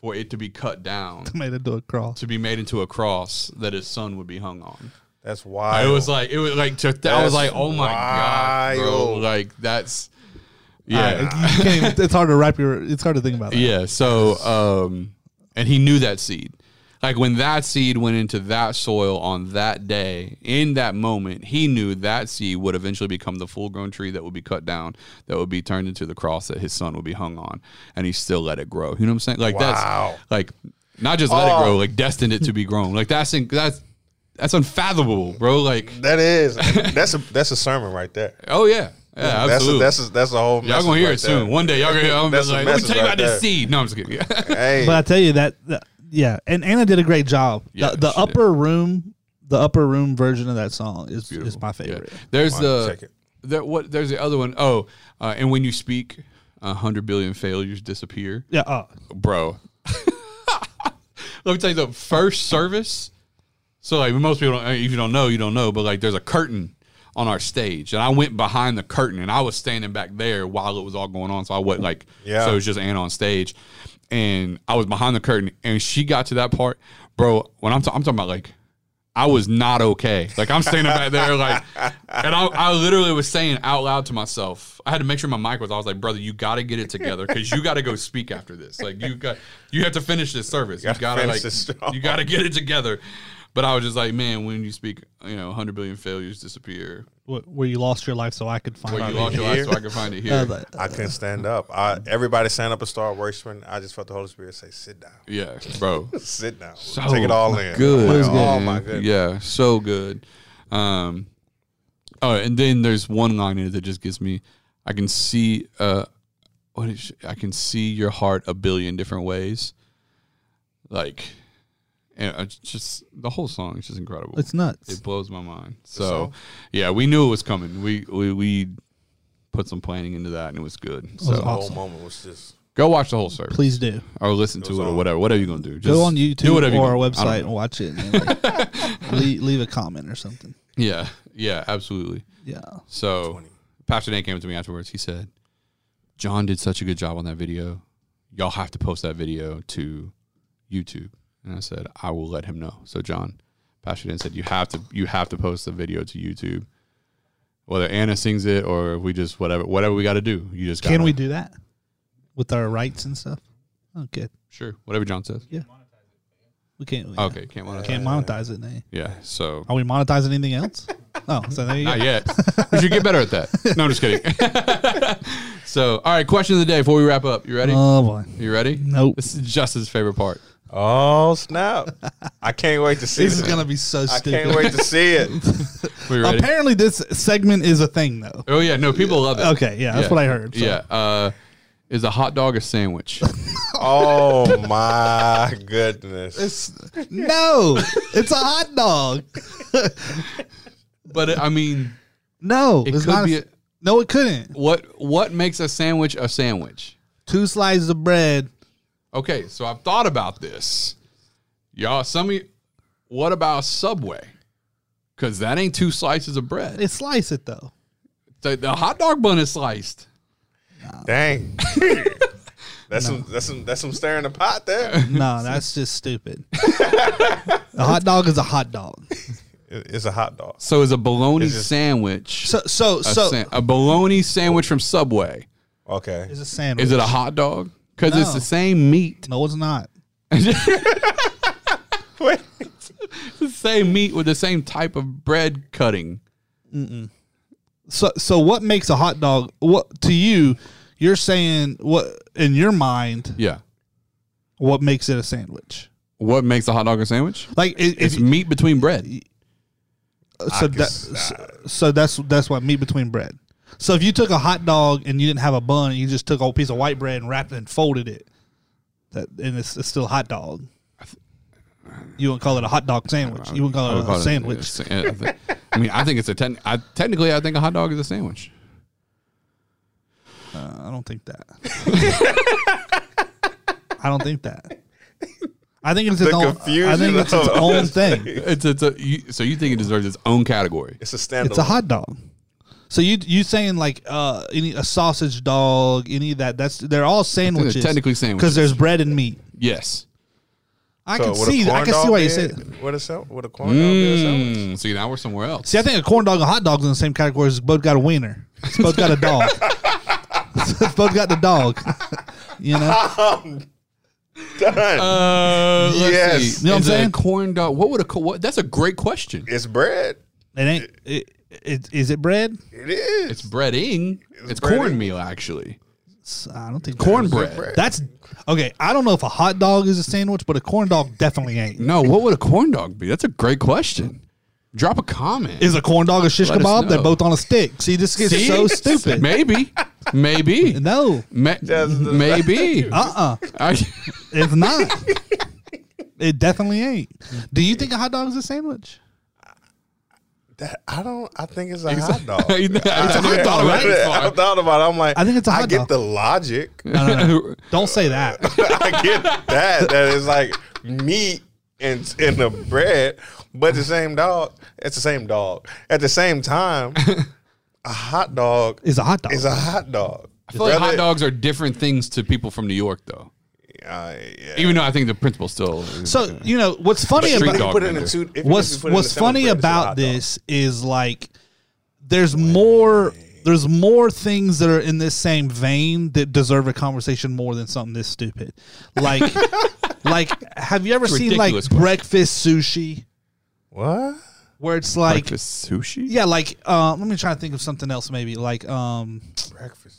B: for it to be cut down,
A: Made it do a cross.
B: to be made into a cross that his son would be hung on.
C: that's wild.
B: It was like, it was like, to, I was
C: That's
B: like, oh my God, bro.
C: wild.
B: Like, that's,
A: I-
B: yeah.
A: you can't even- it's hard to wrap your. It's hard to think about. That.
B: Yeah. So, um, and he knew that seed. Like when that seed went into that soil on that day, in that moment, he knew that seed would eventually become the full grown tree that would be cut down, that would be turned into the cross that his son would be hung on. And he still let it grow. You know what I'm saying? Like
C: Wow.
B: that's like not just let it
C: Oh.
B: grow, like destined it to be grown. Like that's in, that's that's unfathomable, bro. Like
C: that is that's a that's a sermon right there.
B: oh yeah. Yeah,
C: that's a,
B: absolutely.
C: that's a, that's a whole.
B: y'all
C: message
B: gonna hear
C: right
B: it soon.
C: there.
B: One day y'all gonna hear I'm
C: That's a
B: like, let me
C: message
B: tell you
C: right
B: about this
C: there.
B: seed. No, I'm just kidding.
C: Hey,
A: But I tell you that, that- yeah, and Anna did a great job.
B: Yeah,
A: the the
B: she did.
A: upper room, the upper room version of that song is is my
B: Yeah.
A: favorite.
B: There's
C: Come on,
B: the
C: check it.
B: there, what there's the other one. Oh, uh, and when you speak, a hundred billion failures disappear,
A: Yeah, uh,
B: bro. Let me tell you the first service. So like most people, don't, uh, if you don't know, you don't know. But like, there's a curtain on our stage, and I went behind the curtain, and I was standing back there while it was all going on. So I wasn't like,
C: Yeah.
B: So it was just Anna on stage, and I was behind the curtain, and she got to that part, bro. When I'm, ta- I'm talking about like I was not okay. Like I'm standing back there, like, and I, I literally was saying out loud to myself. I had to make sure my mic was. I was like, brother, you got to get it together because you got to go speak after this. Like you got, you have to finish this service. You
C: Gotta
B: got to
C: finish
B: like,
C: this
B: you got to get it together. But I was just like, man, when you speak, you know, 100 billion failures disappear.
A: wh- where you lost your life so I could find
B: Where
A: it.
B: you lost your life, so I can find it
A: I
B: here.
A: was like,
C: I couldn't stand up. I everybody stand up and start worshiping. I just felt the Holy Spirit say, "Sit down,
B: Yeah, bro.
C: sit down,
B: So
C: take it all in."
B: Good.
C: I'm like,
A: It was good,
C: oh
B: man.
C: my goodness.
B: Yeah, so good. Um, oh, and then there's one line in it that just gives me. I can see. Uh, what is? I can see your heart a billion different ways. Like, and it's just the whole song is just incredible.
A: it's nuts.
B: it blows my mind. So,
C: song?
B: yeah, we knew it was coming. We we we put some planning into that, and it was good. So
A: was
C: The whole
A: Awesome.
C: moment was just
B: go watch the whole service
A: Please do
B: or listen
C: was
B: to it or
C: on.
B: whatever. Whatever you're gonna do, just
A: go on
B: do
A: YouTube
B: whatever you
A: or our
B: gonna- I don't
A: website
B: know.
A: and watch it. And like, leave, leave a comment or something.
B: Yeah, yeah, absolutely.
A: Yeah,
B: So
C: 20.
B: Pastor Nate came up to me afterwards. He said, John did such a good job on that video. Y'all have to post that video to YouTube. And I said, I will let him know. So John, Pastor Dan said, you have to you have to post the video to YouTube. Whether Anna sings it or we just whatever whatever we got to do, you just
A: can
B: gotta-
A: we do that with our rights and stuff? Oh, good.
B: sure whatever John says.
A: We can't. we
B: Okay, can't monetize.
A: Can't monetize it. eh?
B: Yeah, so
A: Are we monetizing anything else? Oh, so there you go.
B: Not yet. We should get better at that. No, I'm just kidding. so, all right, question of the day before we wrap up. You ready?
A: Oh boy.
B: you ready?
A: Nope.
B: This is Justin's favorite part.
C: oh snap! I can't wait to see.
A: This is
C: it.
A: gonna be so
C: I
A: stupid.
C: can't wait to see it.
B: We ready?
A: Apparently, this segment is a thing, though.
B: oh yeah, no, people love it.
A: Okay, yeah, that's
B: Yeah.
A: what I heard. so.
B: Yeah. Uh, is a hot dog a sandwich?
C: Oh my goodness!
A: It's, no, it's a hot dog.
B: but it, I mean,
A: No,
B: It
A: it's
B: could
A: not.
B: be
A: a-
B: a-
A: no, it couldn't.
B: what what makes a sandwich a sandwich?
A: Two slices of bread.
B: Okay, so I've thought about this, y'all. Some of you, what about Subway? Because that ain't two slices of bread.
A: They slice it though.
B: The, the hot dog bun is sliced.
C: Dang. That's some that's some that's some stirring the pot there.
A: No, that's just stupid. a hot dog is a hot dog.
C: It- It's a hot dog.
B: So is a bologna
C: Is it-
B: sandwich
A: So so
B: a,
A: so
B: sa- a bologna sandwich from Subway?
C: Okay.
A: is a sandwich.
B: Is it a hot dog? Because it's
A: No.
B: the same meat,
A: No, it's not.
B: the same meat with the same type of bread cutting.
A: So so what makes a hot dog? What to you? You're saying what in your mind?
B: Yeah.
A: What makes it a sandwich?
B: What makes a hot dog a sandwich?
A: Like i-
B: It's
A: if,
B: meat between bread.
A: so,
C: I can
A: that,
C: s-
A: so, so that's that's what meat between bread. So if you took a hot dog and you didn't have a bun, you just took a piece of white bread and wrapped it and folded it, that and it's, it's still a hot dog. You wouldn't call it a hot dog sandwich. You wouldn't
B: I
A: call
B: would
A: it
B: call
A: a
B: it a
A: sandwich.
B: sa- I thi- I mean, I think it's a ten, I, technically. I think a hot dog is a sandwich.
A: Uh, I don't think that. I don't think that. I think it's its
C: The
A: own. I think
C: confusion
A: it's its
C: of-
A: own thing.
B: It's it's a you, so you think it deserves its own category.
C: It's a standalone.
A: It's a hot dog. So you you saying like uh any a sausage dog any of that that's they're all sandwiches
B: technically
A: because
B: sandwiches.
A: there's bread and meat.
B: Yes.
A: I
C: So
A: can
C: would a
A: see I
C: corn
A: can see
C: dog
A: why you
C: be-
A: said. it.
C: Would a sal- would a corn dog be a sandwich?
B: Mm, see now we're somewhere else.
A: See, I think a corn dog and a hot dog's in the same category. It's both got a wiener. It's both got a dog. it's both got the dog. you know,
C: Done.
B: Uh, let's
C: Yes.
B: see.
A: You know what I'm
B: Is a
A: saying?
B: corn dog. What would a co- what? That's a great question.
C: it's bread.
A: it ain't. It, it, is it bread?
C: It is.
B: It's breading. It's,
C: breading.
B: cornmeal actually.
A: It's- I don't think
B: Cornbread.
C: bread.
A: That's okay. I don't know if a hot dog is a sandwich, but a corn dog definitely ain't.
B: No, what would a corn dog be? That's a great question. Drop a comment.
A: Is a corn dog a shish
B: Let us
A: kebab? They're
B: know.
A: both on a stick. See, this gets
B: See?
A: so stupid.
B: Maybe. Maybe.
A: No,
B: Ma-
C: That's the-
B: maybe.
A: uh uh
B: I-
A: It's not. it definitely ain't. Do you think a hot dog is a sandwich?
C: That- I don't. I think it's a hot dog.
B: I never
C: Yeah,
B: thought about it.
C: I thought about. It. I'm like.
A: I think it's a
C: I
A: hot
C: get
A: dog.
C: the logic.
A: No, no, no. Don't say that.
C: I get that. That is like meat and and the bread, but the same dog. It's the same dog. At the same time, a hot dog
A: It's a hot dog.
C: is a hot dog.
B: I feel like hot
C: Whether-
B: dogs are different things to people from New York, though.
C: Uh, yeah.
B: Even though I think the principle's still.
A: so you know what's funny
B: Street
A: about
B: dog
C: put it in
B: vendor.
C: a two, if you
A: what's
C: put it in a
A: what's
C: sandwich
A: funny
C: bread, it's a
A: about
C: hot dog.
A: this is like there's more there's more things that are in this same vein that deserve a conversation more than something this stupid. Like like have you ever
B: It's a
A: seen like
B: ridiculous question.
A: breakfast sushi
C: What?
A: where it's like
B: Breakfast sushi?
A: yeah like uh, let me try to think of something else maybe like um
C: Breakfast sushi.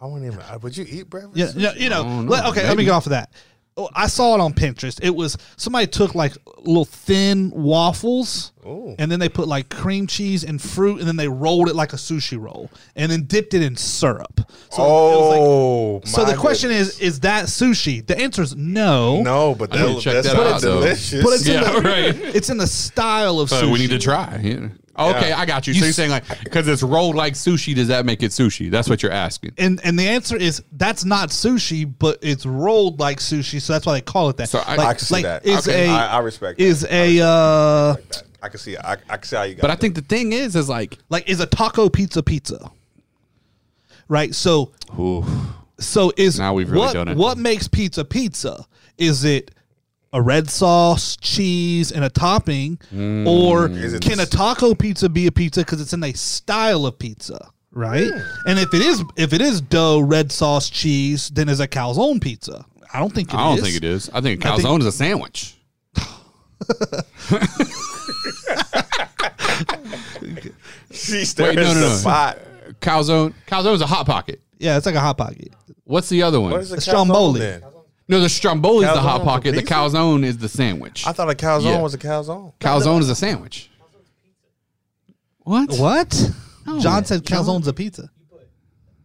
C: I wouldn't even. I- Would you eat breakfast?
A: Yeah,
C: sushi?
A: yeah, you know.
B: don't
A: let-
B: know,
A: okay, let me
B: maybe.
A: get off of that. Oh, I saw it on Pinterest. It was somebody took like little thin waffles,
C: Ooh.
A: and then they put like cream cheese and fruit, and then they rolled it like a sushi roll, and then dipped it in syrup. So, it was like-
C: oh,
A: so
C: my
A: the question
C: goodness.
A: is: Is that sushi? The answer is no.
C: no, but
B: I need to
C: that,
B: check
C: that's
B: that
C: not
B: out, though.
C: delicious.
A: But it's in
B: Yeah,
A: the,
B: right.
A: It's in the style of sushi.
B: So we need to try. Yeah. Okay, I got you. So
A: You
B: you're
A: s-
B: saying like because it's rolled like sushi, does that make it sushi? That's what you're asking.
A: and and the answer is that's not sushi, but it's rolled like sushi, so that's why they call it that.
B: So I-
A: like,
C: I can see
A: like,
C: that.
A: Is
B: Okay.
A: a
C: I- I respect that.
A: Is a uh,
C: I can see. I, I can see how you got.
B: But I
C: that.
B: think the thing is, is like
A: like is a taco pizza pizza right so
B: ooh,
A: so is
B: Now we've really
A: what,
B: done it.
A: what makes pizza pizza is it a red sauce cheese and a topping
B: Mm.
A: or
C: it
A: can a
C: this-
A: taco pizza be a pizza because it's in a style of pizza right and if it is if it is dough red sauce cheese then is a calzone pizza i don't think it is.
B: I don't think it is. I think a
A: I think-
B: calzone is a sandwich.
C: she stares
B: no, no,
C: the
B: no.
C: pot.
B: Calzone, calzone is a hot pocket.
A: yeah it's like a hot pocket
B: What's the other one?
C: What is a
A: Stromboli.
C: calzone then?
B: no, the stromboli is the
C: Calzone
B: hot
C: for
B: pocket. The
C: pizza?
B: calzone is the sandwich.
C: I thought a calzone
B: Yeah.
C: was a calzone.
B: calzone is a sandwich. What?
A: what john said calzone's a pizza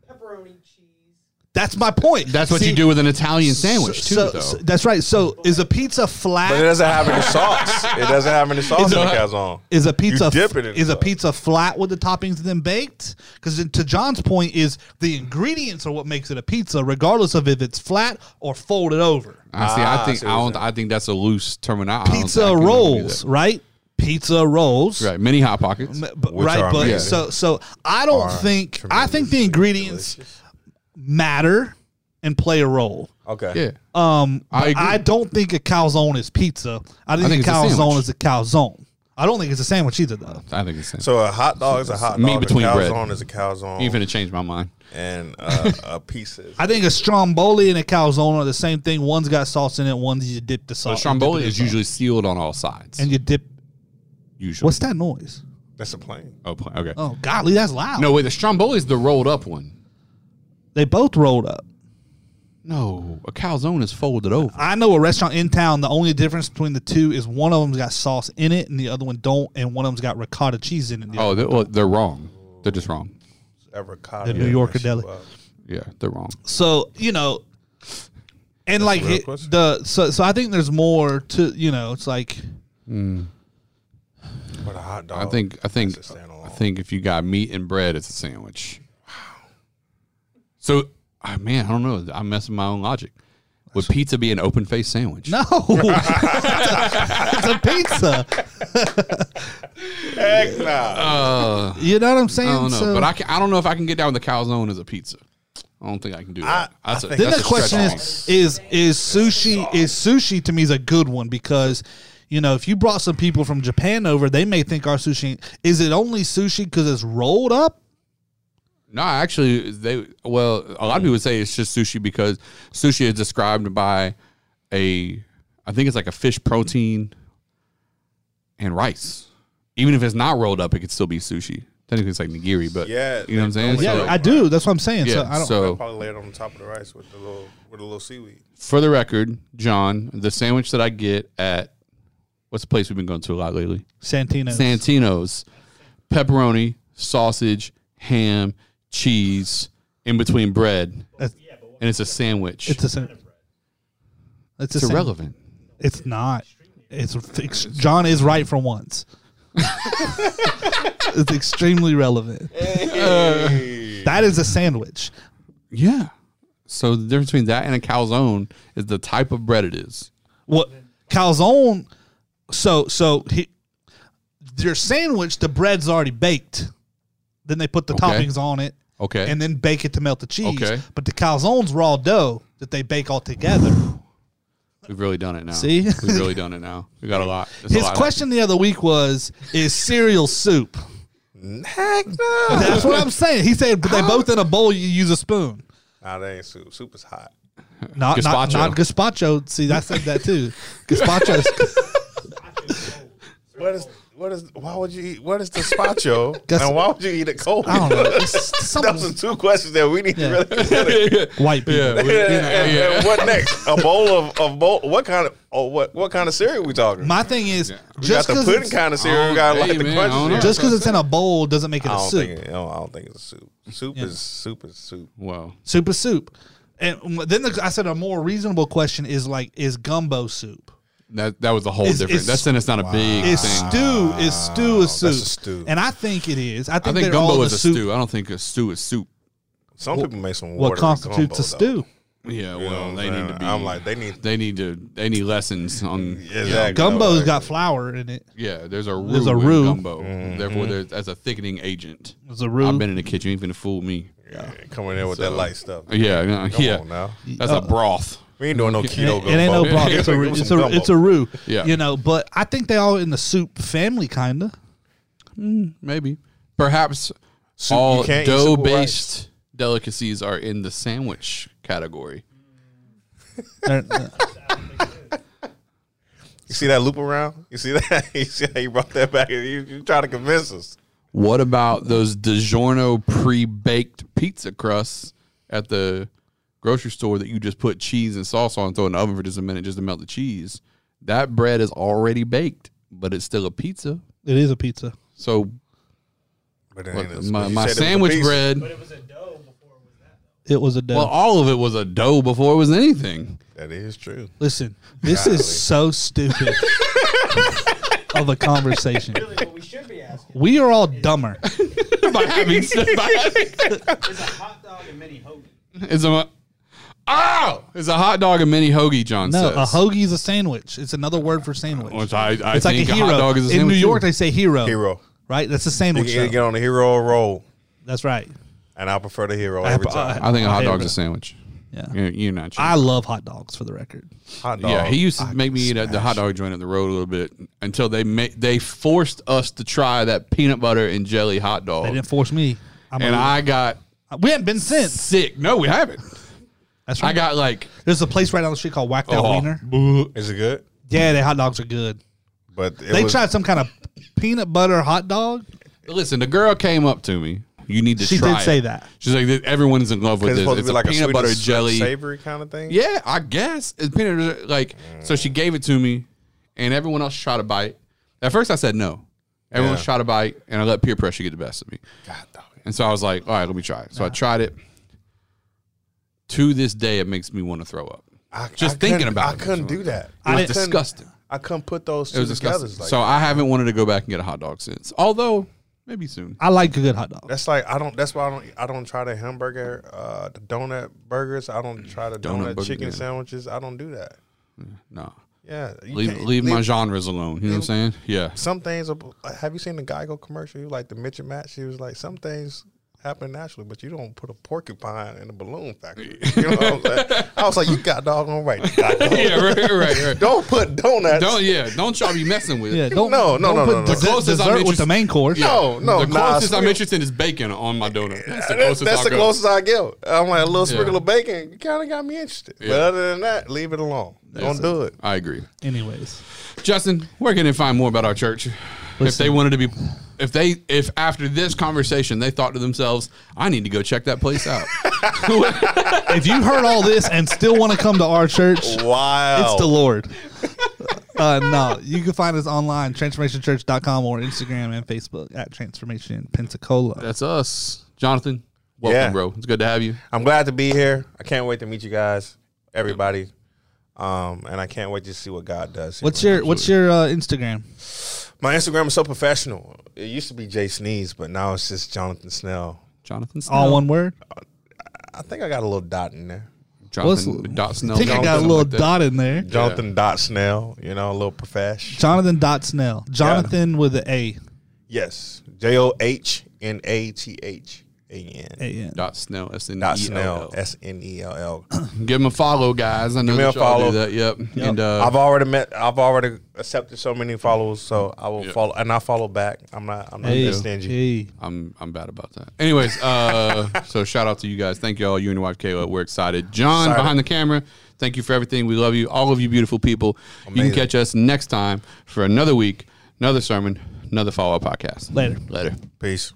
D: pepperoni, cheese.
A: that's my point
B: That's what you
A: See,
B: do with an Italian sandwich too,
A: so,
B: though.
A: so- that's right. So is a pizza
C: But it
A: flat?
C: doesn't have any sauce. It doesn't have any sauce in a
B: not-
C: calzone.
A: Is a pizza
C: You dip it in
A: is a
C: sauce.
A: pizza flat with the toppings and then baked? Because to John's point is the ingredients are what makes it a pizza, regardless of if it's flat or folded over.
B: I see. I
C: Ah,
B: think
C: see
B: I
C: what you're
B: don't. I think that's a loose terminology.
A: Pizza rolls, right? Pizza rolls,
B: Right, mini hot pockets.
A: M- But,
C: Which
A: right,
C: are
A: but
C: amazing.
A: so so I don't think I think the ingredients matter and play a role.
C: Okay.
B: Yeah,
A: Um,
B: I
A: but
B: agree.
A: I don't think a calzone is pizza. I think, a
B: think it's a
A: calzone
B: sandwich.
A: is a calzone. I don't think it's a sandwich either, though.
B: I think it's the same.
C: So a hot dog is a hot dog.
B: Me between
C: a
B: bread.
C: calzone is a calzone.
B: Even to change my mind.
C: and uh, a piece is.
A: I think a stromboli and a calzone are the same thing. One's got sauce in it. One's you dip the
B: But
A: sauce. you
B: stromboli
A: dip it in
B: is
A: sauce.
B: usually sealed on all sides.
A: uh, and you dip.
B: usually.
A: What's that noise?
C: That's a plane.
B: Oh, pl- okay.
A: Oh, golly, that's loud.
B: No, wait. The stromboli is the rolled up one.
A: they both rolled up.
B: No, a calzone is folded over.
A: I know a restaurant in town. The only difference between the two is one of them's got sauce in it, and the other one don't, and one of them's got ricotta cheese in it.
B: Oh, they're, well, they're wrong. They're just wrong.
C: Avocado.
A: The New Yorker
C: Mess you
A: deli.
C: up.
B: Yeah, they're wrong.
A: so you know, and like
C: real
A: it,
C: question.
A: the so so I think there's more to you know. It's like
C: But a hot dog.
B: I think. I think.
C: Oh, That's a standalone.
B: I think if you got meat and bread, it's a sandwich. Wow. So, ah, man, I don't know. I'm messing with my own logic. Would pizza be an open face sandwich?
A: no, it's, a, it's a pizza.
C: Heck nah.
B: Uh,
A: You know what I'm saying?
B: I don't know,
A: So-
B: but I, can, I don't know if I can get down with the calzone as a pizza. I don't think I can do that.
C: I- I
B: That's a-
C: think
A: Then
B: that's
A: the
B: a
A: question
B: stretch
A: is is is sushi is sushi to me is a good one because you know if you brought some people from Japan over they may think our sushi ain't- is it only sushi because it's rolled up
B: No, actually, they well, a lot of people would say it's just sushi because sushi is described by a, I think it's like a fish protein and rice. Even if it's not rolled up, it could still be sushi. Technically, it's like nigiri, but
C: Yeah,
B: you know what I'm saying.
C: they
A: yeah
B: So,
A: I do that's what I'm saying so I
B: yeah.
A: don't
B: So,
C: Probably laid on top of the rice with the little with a little seaweed.
B: for the record, John, the sandwich that I get at what's the place we've been going to a lot lately?
A: Santino
B: Santino's, pepperoni, sausage, ham, cheese, in between bread,
A: That's-
B: and it's a sandwich.
A: it's the same it's, the
B: it's
A: same.
B: irrelevant.
A: it's not it's, it's John is right for once it's extremely relevant that is a sandwich
B: Yeah. So the difference between that and a calzone is the type of bread it is.
A: What calzone? So so he, your sandwich, the bread's already baked. Then they put the
B: Okay.
A: toppings on it,
B: Okay.
A: and then bake it to melt the cheese.
B: Okay.
A: But the calzone's raw dough that they bake all together.
B: We've really done it now.
A: See?
B: We've really done it now. We got a lot. There's a
A: His
B: lot.
A: question the other week was, "Is cereal soup?"
C: Heck no.
A: That's what I'm saying. He said, "But they both in a bowl. You use a spoon."
C: nah, that ain't soup. Soup is hot.
A: Not not,
B: Gazpacho.
A: not gazpacho. See, I said that too. Gazpacho's
C: What is what is why would you eat what is the spacho?
A: Guess-
C: and why would you eat it cold?
A: I don't know. It's
C: Those are
A: some
C: two questions that we need
A: Yeah.
C: to really consider.
A: white people.
B: yeah, we-
C: and,
B: yeah,
C: and-
B: yeah.
C: and what next? A bowl of, of bowl what kind of oh what what kind of cereal we talking?
A: My thing is,
C: we
A: just
C: got the
A: because
C: pudding kind of cereal, we got
B: Oh, Hey,
C: like the
B: man, I
C: crunchy
B: don't know.
C: cereal.
A: just because it's in a bowl doesn't make it
C: I
A: a
C: don't
A: soup.
C: think it, I don't, I don't think it's a soup. Soup is soup is soup.
B: Wow.
A: Soup is soup. And w- then the, I said a more reasonable question is like, is gumbo soup?
B: That that was a whole
A: It's-
B: different.
A: it's-
B: That's then it's not a big
A: Is
B: thing.
A: stew is stew is soup?
C: Ah. that's a stew.
A: And I think it is. I
B: I
A: think,
B: think
A: they're all
B: gumbo is
A: the
B: a
A: soup.
B: stew. I don't think a stew is soup.
C: Some people make some water.
A: What constitutes a stew?
B: Yeah, well,
C: Well,
B: they need to be.
C: I'm uh, like they need
B: they need to. They need lessons on.
C: Exactly.
A: Gumbo's
C: No,
A: got flour in it.
B: Yeah, there's a roux
A: There's a
B: in
A: roux.
B: gumbo. Therefore, there's, that's a thickening agent.
A: It's a roux.
B: I've been in the kitchen. You've been to fool me.
C: Yeah, come in there with that light stuff.
B: Yeah, no,
C: Come
B: yeah.
C: on now.
B: That's
A: uh,
B: a broth.
C: We ain't doing no
A: It,
C: keto
A: ain't-
C: gumbo.
A: it ain't no broth. It's a roux.
C: Give me
A: It's
C: some
A: a,
C: gumbo.
A: it's a roux.
B: Yeah.
A: You know, but I think they all in the soup family, kinda.
B: Maybe. Perhaps
C: Soup- you
B: all
C: can't eat
B: dough
C: soup with
B: based delicacies are in the sandwich category.
A: They're-
C: You see that loop around? You see that? You see how you brought that back? You, you trying to convince us?
B: What about those DiGiorno pre baked pizza crusts at the grocery store that you just put cheese and sauce on and throw in the oven for just a minute just to melt the cheese? That bread is already baked, but it's still a pizza.
A: it is a pizza.
B: So
C: But it
B: what-
C: ain't a-
B: my,
C: you
B: my
C: said it was a
B: sandwich
C: piece.
B: bread,
D: But it was a dough before it was that.
A: It was a dough.
B: well, all of it was a dough before it was anything.
C: That is true.
A: Listen, this
C: Golly.
A: is so stupid of a conversation.
D: Really, what we should be asking
A: We are all dumber.
B: by having, by having
D: is a hot dog and mini hoagie.
B: It's a oh, it's a hot dog and mini hoagie. John
A: No,
B: says
A: a hoagie is a sandwich. It's another word for sandwich.
B: Which I, I
A: it's like a
B: think
A: hero.
B: hot dog is a
A: In New
B: sandwich,
A: York,
B: too.
A: they say hero.
C: Hero.
A: Right? That's a
C: You
A: sandwich.
C: can either
A: though.
C: get on the hero roll,
A: That's right.
C: and I prefer the hero
A: I-
C: every
A: I-
C: time.
B: I think a hot
A: Hey,
B: dog's
A: bro.
B: a sandwich.
A: Yeah.
B: You're, you're not. Sure.
A: I love hot dogs for the record.
C: Hot dog.
B: yeah, he used to make me eat at the hot dog joint at the road a little bit until they made they forced us to try that peanut butter and jelly hot
A: They
B: dog,
A: didn't force me. I'm
B: and
A: a-
B: I got
A: we haven't been since.
B: sick. No, we haven't.
A: That's right.
B: I got like
A: There's a place right down the street called Whacked Out
B: Oh.
A: Wiener.
C: Is it good?
A: Yeah, their hot dogs are good.
C: But it
A: They
C: was,
A: tried some kind of peanut butter hot dog.
B: Listen, the girl came up to me. You need to
A: She
B: try.
A: did say
B: it."
A: that.
B: She's like, everyone's in love with
C: It's
B: this.
C: supposed
B: It's
C: to
B: a
C: be like
B: peanut
C: a
B: butter
C: sweet
B: jelly.
C: savory kind of thing.
B: Yeah, I guess it's peanut butter. Like, so she gave it to me, and everyone else tried to bite. At first, I said no. Everyone
C: Yeah.
B: tried to bite, and I let peer pressure get the best of me.
C: God dog.
B: And so I was like, all right, let me try it. So I tried it. To this day, it makes me want to throw up.
C: I,
B: Just
C: I
B: thinking
C: couldn't-
B: about
C: I
B: it.
C: couldn't do that.
B: It
C: I
B: was
C: couldn't-
B: disgusting.
C: I couldn't put those
B: It
C: two
B: was
C: together.
B: disgusting.
C: It's like-
B: so I haven't wanted to go back and get a hot dog since. Although, maybe soon.
A: I like a good hot dog.
C: That's like I don't. That's why I don't. I don't try the hamburger, uh, the donut burgers. I don't try the
B: Donut
C: donut,
B: burger,
C: chicken
B: yeah.
C: sandwiches. I don't do that.
B: No.
C: Yeah, you
B: Leave,
C: can't-
B: leave my genres alone. You know what I'm saying? Yeah.
C: Some things. Are, have you seen the Geico commercial? You like the Mitch and Matt? She was like, some things happen naturally, but you don't put a porcupine in a balloon factory. You know what I'm saying? I was like, you got dog on right. Geico.
B: yeah, right, right, right.
C: Don't put donuts.
B: Don't yeah, don't y'all be messing with.
A: Yeah,
B: it.
A: don't
C: No, no,
A: don't
C: no,
A: put
C: no, no.
A: dessert-
B: The closest I'm
A: dessert with the
B: interested-
A: main course.
B: Yeah.
C: No, no,
B: The
C: nah,
B: closest I'm
C: squeal.
B: interested is bacon on my donut. That's the
C: That-
B: closest.
C: that's
B: I'll
C: the
B: go.
C: closest I get. I'm like a little
B: Yeah.
C: sprinkle of bacon. You kind of got me interested. But other than that, leave it alone. Don't do it.
B: I agree.
A: Anyways,
B: Justin, where can they find more about our church? If they wanted to be, if they, if after this conversation they thought to themselves, I need to go check that place out.
A: if you heard all this and still want to come to our church,
C: Wow.
A: it's the Lord. Uh, no, you can find us online, transformationchurch.com or Instagram and Facebook at Transformation Pensacola.
B: That's us, Jonathan. Welcome,
C: Yeah.
B: bro. It's good to have you.
C: I'm glad to be here. I can't wait to meet you guys, everybody. Um, and I can't wait to see what God does. here.
A: what's your What's your uh, Instagram?
C: My Instagram is so professional. It used to be Jay Sneeze, but now it's just Jonathan Snell.
B: Jonathan.
A: All
B: Snell.
A: one word.
C: I think I got a little dot in there.
B: Jonathan
A: What's-
B: dot Snell.
A: I think I got a
B: something
A: little
B: like that.
A: dot in there.
C: Jonathan dot Snell, you know, a little profesh.
A: Jonathan dot Snell. Jonathan with an A.
C: Yes, J O H N A T H A N.
A: A N.
B: Dot Snell. S N
C: Dot
B: E
C: Snell,
B: L L.
C: S N E L L.
B: Give him a follow, guys. I know
C: Give me
B: that
C: a
B: y'all do
C: follow.
B: that. Yep. And uh,
C: I've already met. I've already accepted so many followers, so I will
B: Yeah.
C: follow, and I follow back. I'm not. I'm not
A: Hey,
C: that stingy.
A: hey.
B: I'm I'm bad about that. Anyways, uh, so shout out to you guys. Thank y'all. You and your wife Kayla. We're excited. John
C: Excited.
B: behind the camera. Thank you for everything. We love you, all of you beautiful people. You
C: Amazing.
B: can catch us next time for another week, another sermon, another follow up podcast.
A: Later.
B: Later.
C: Peace.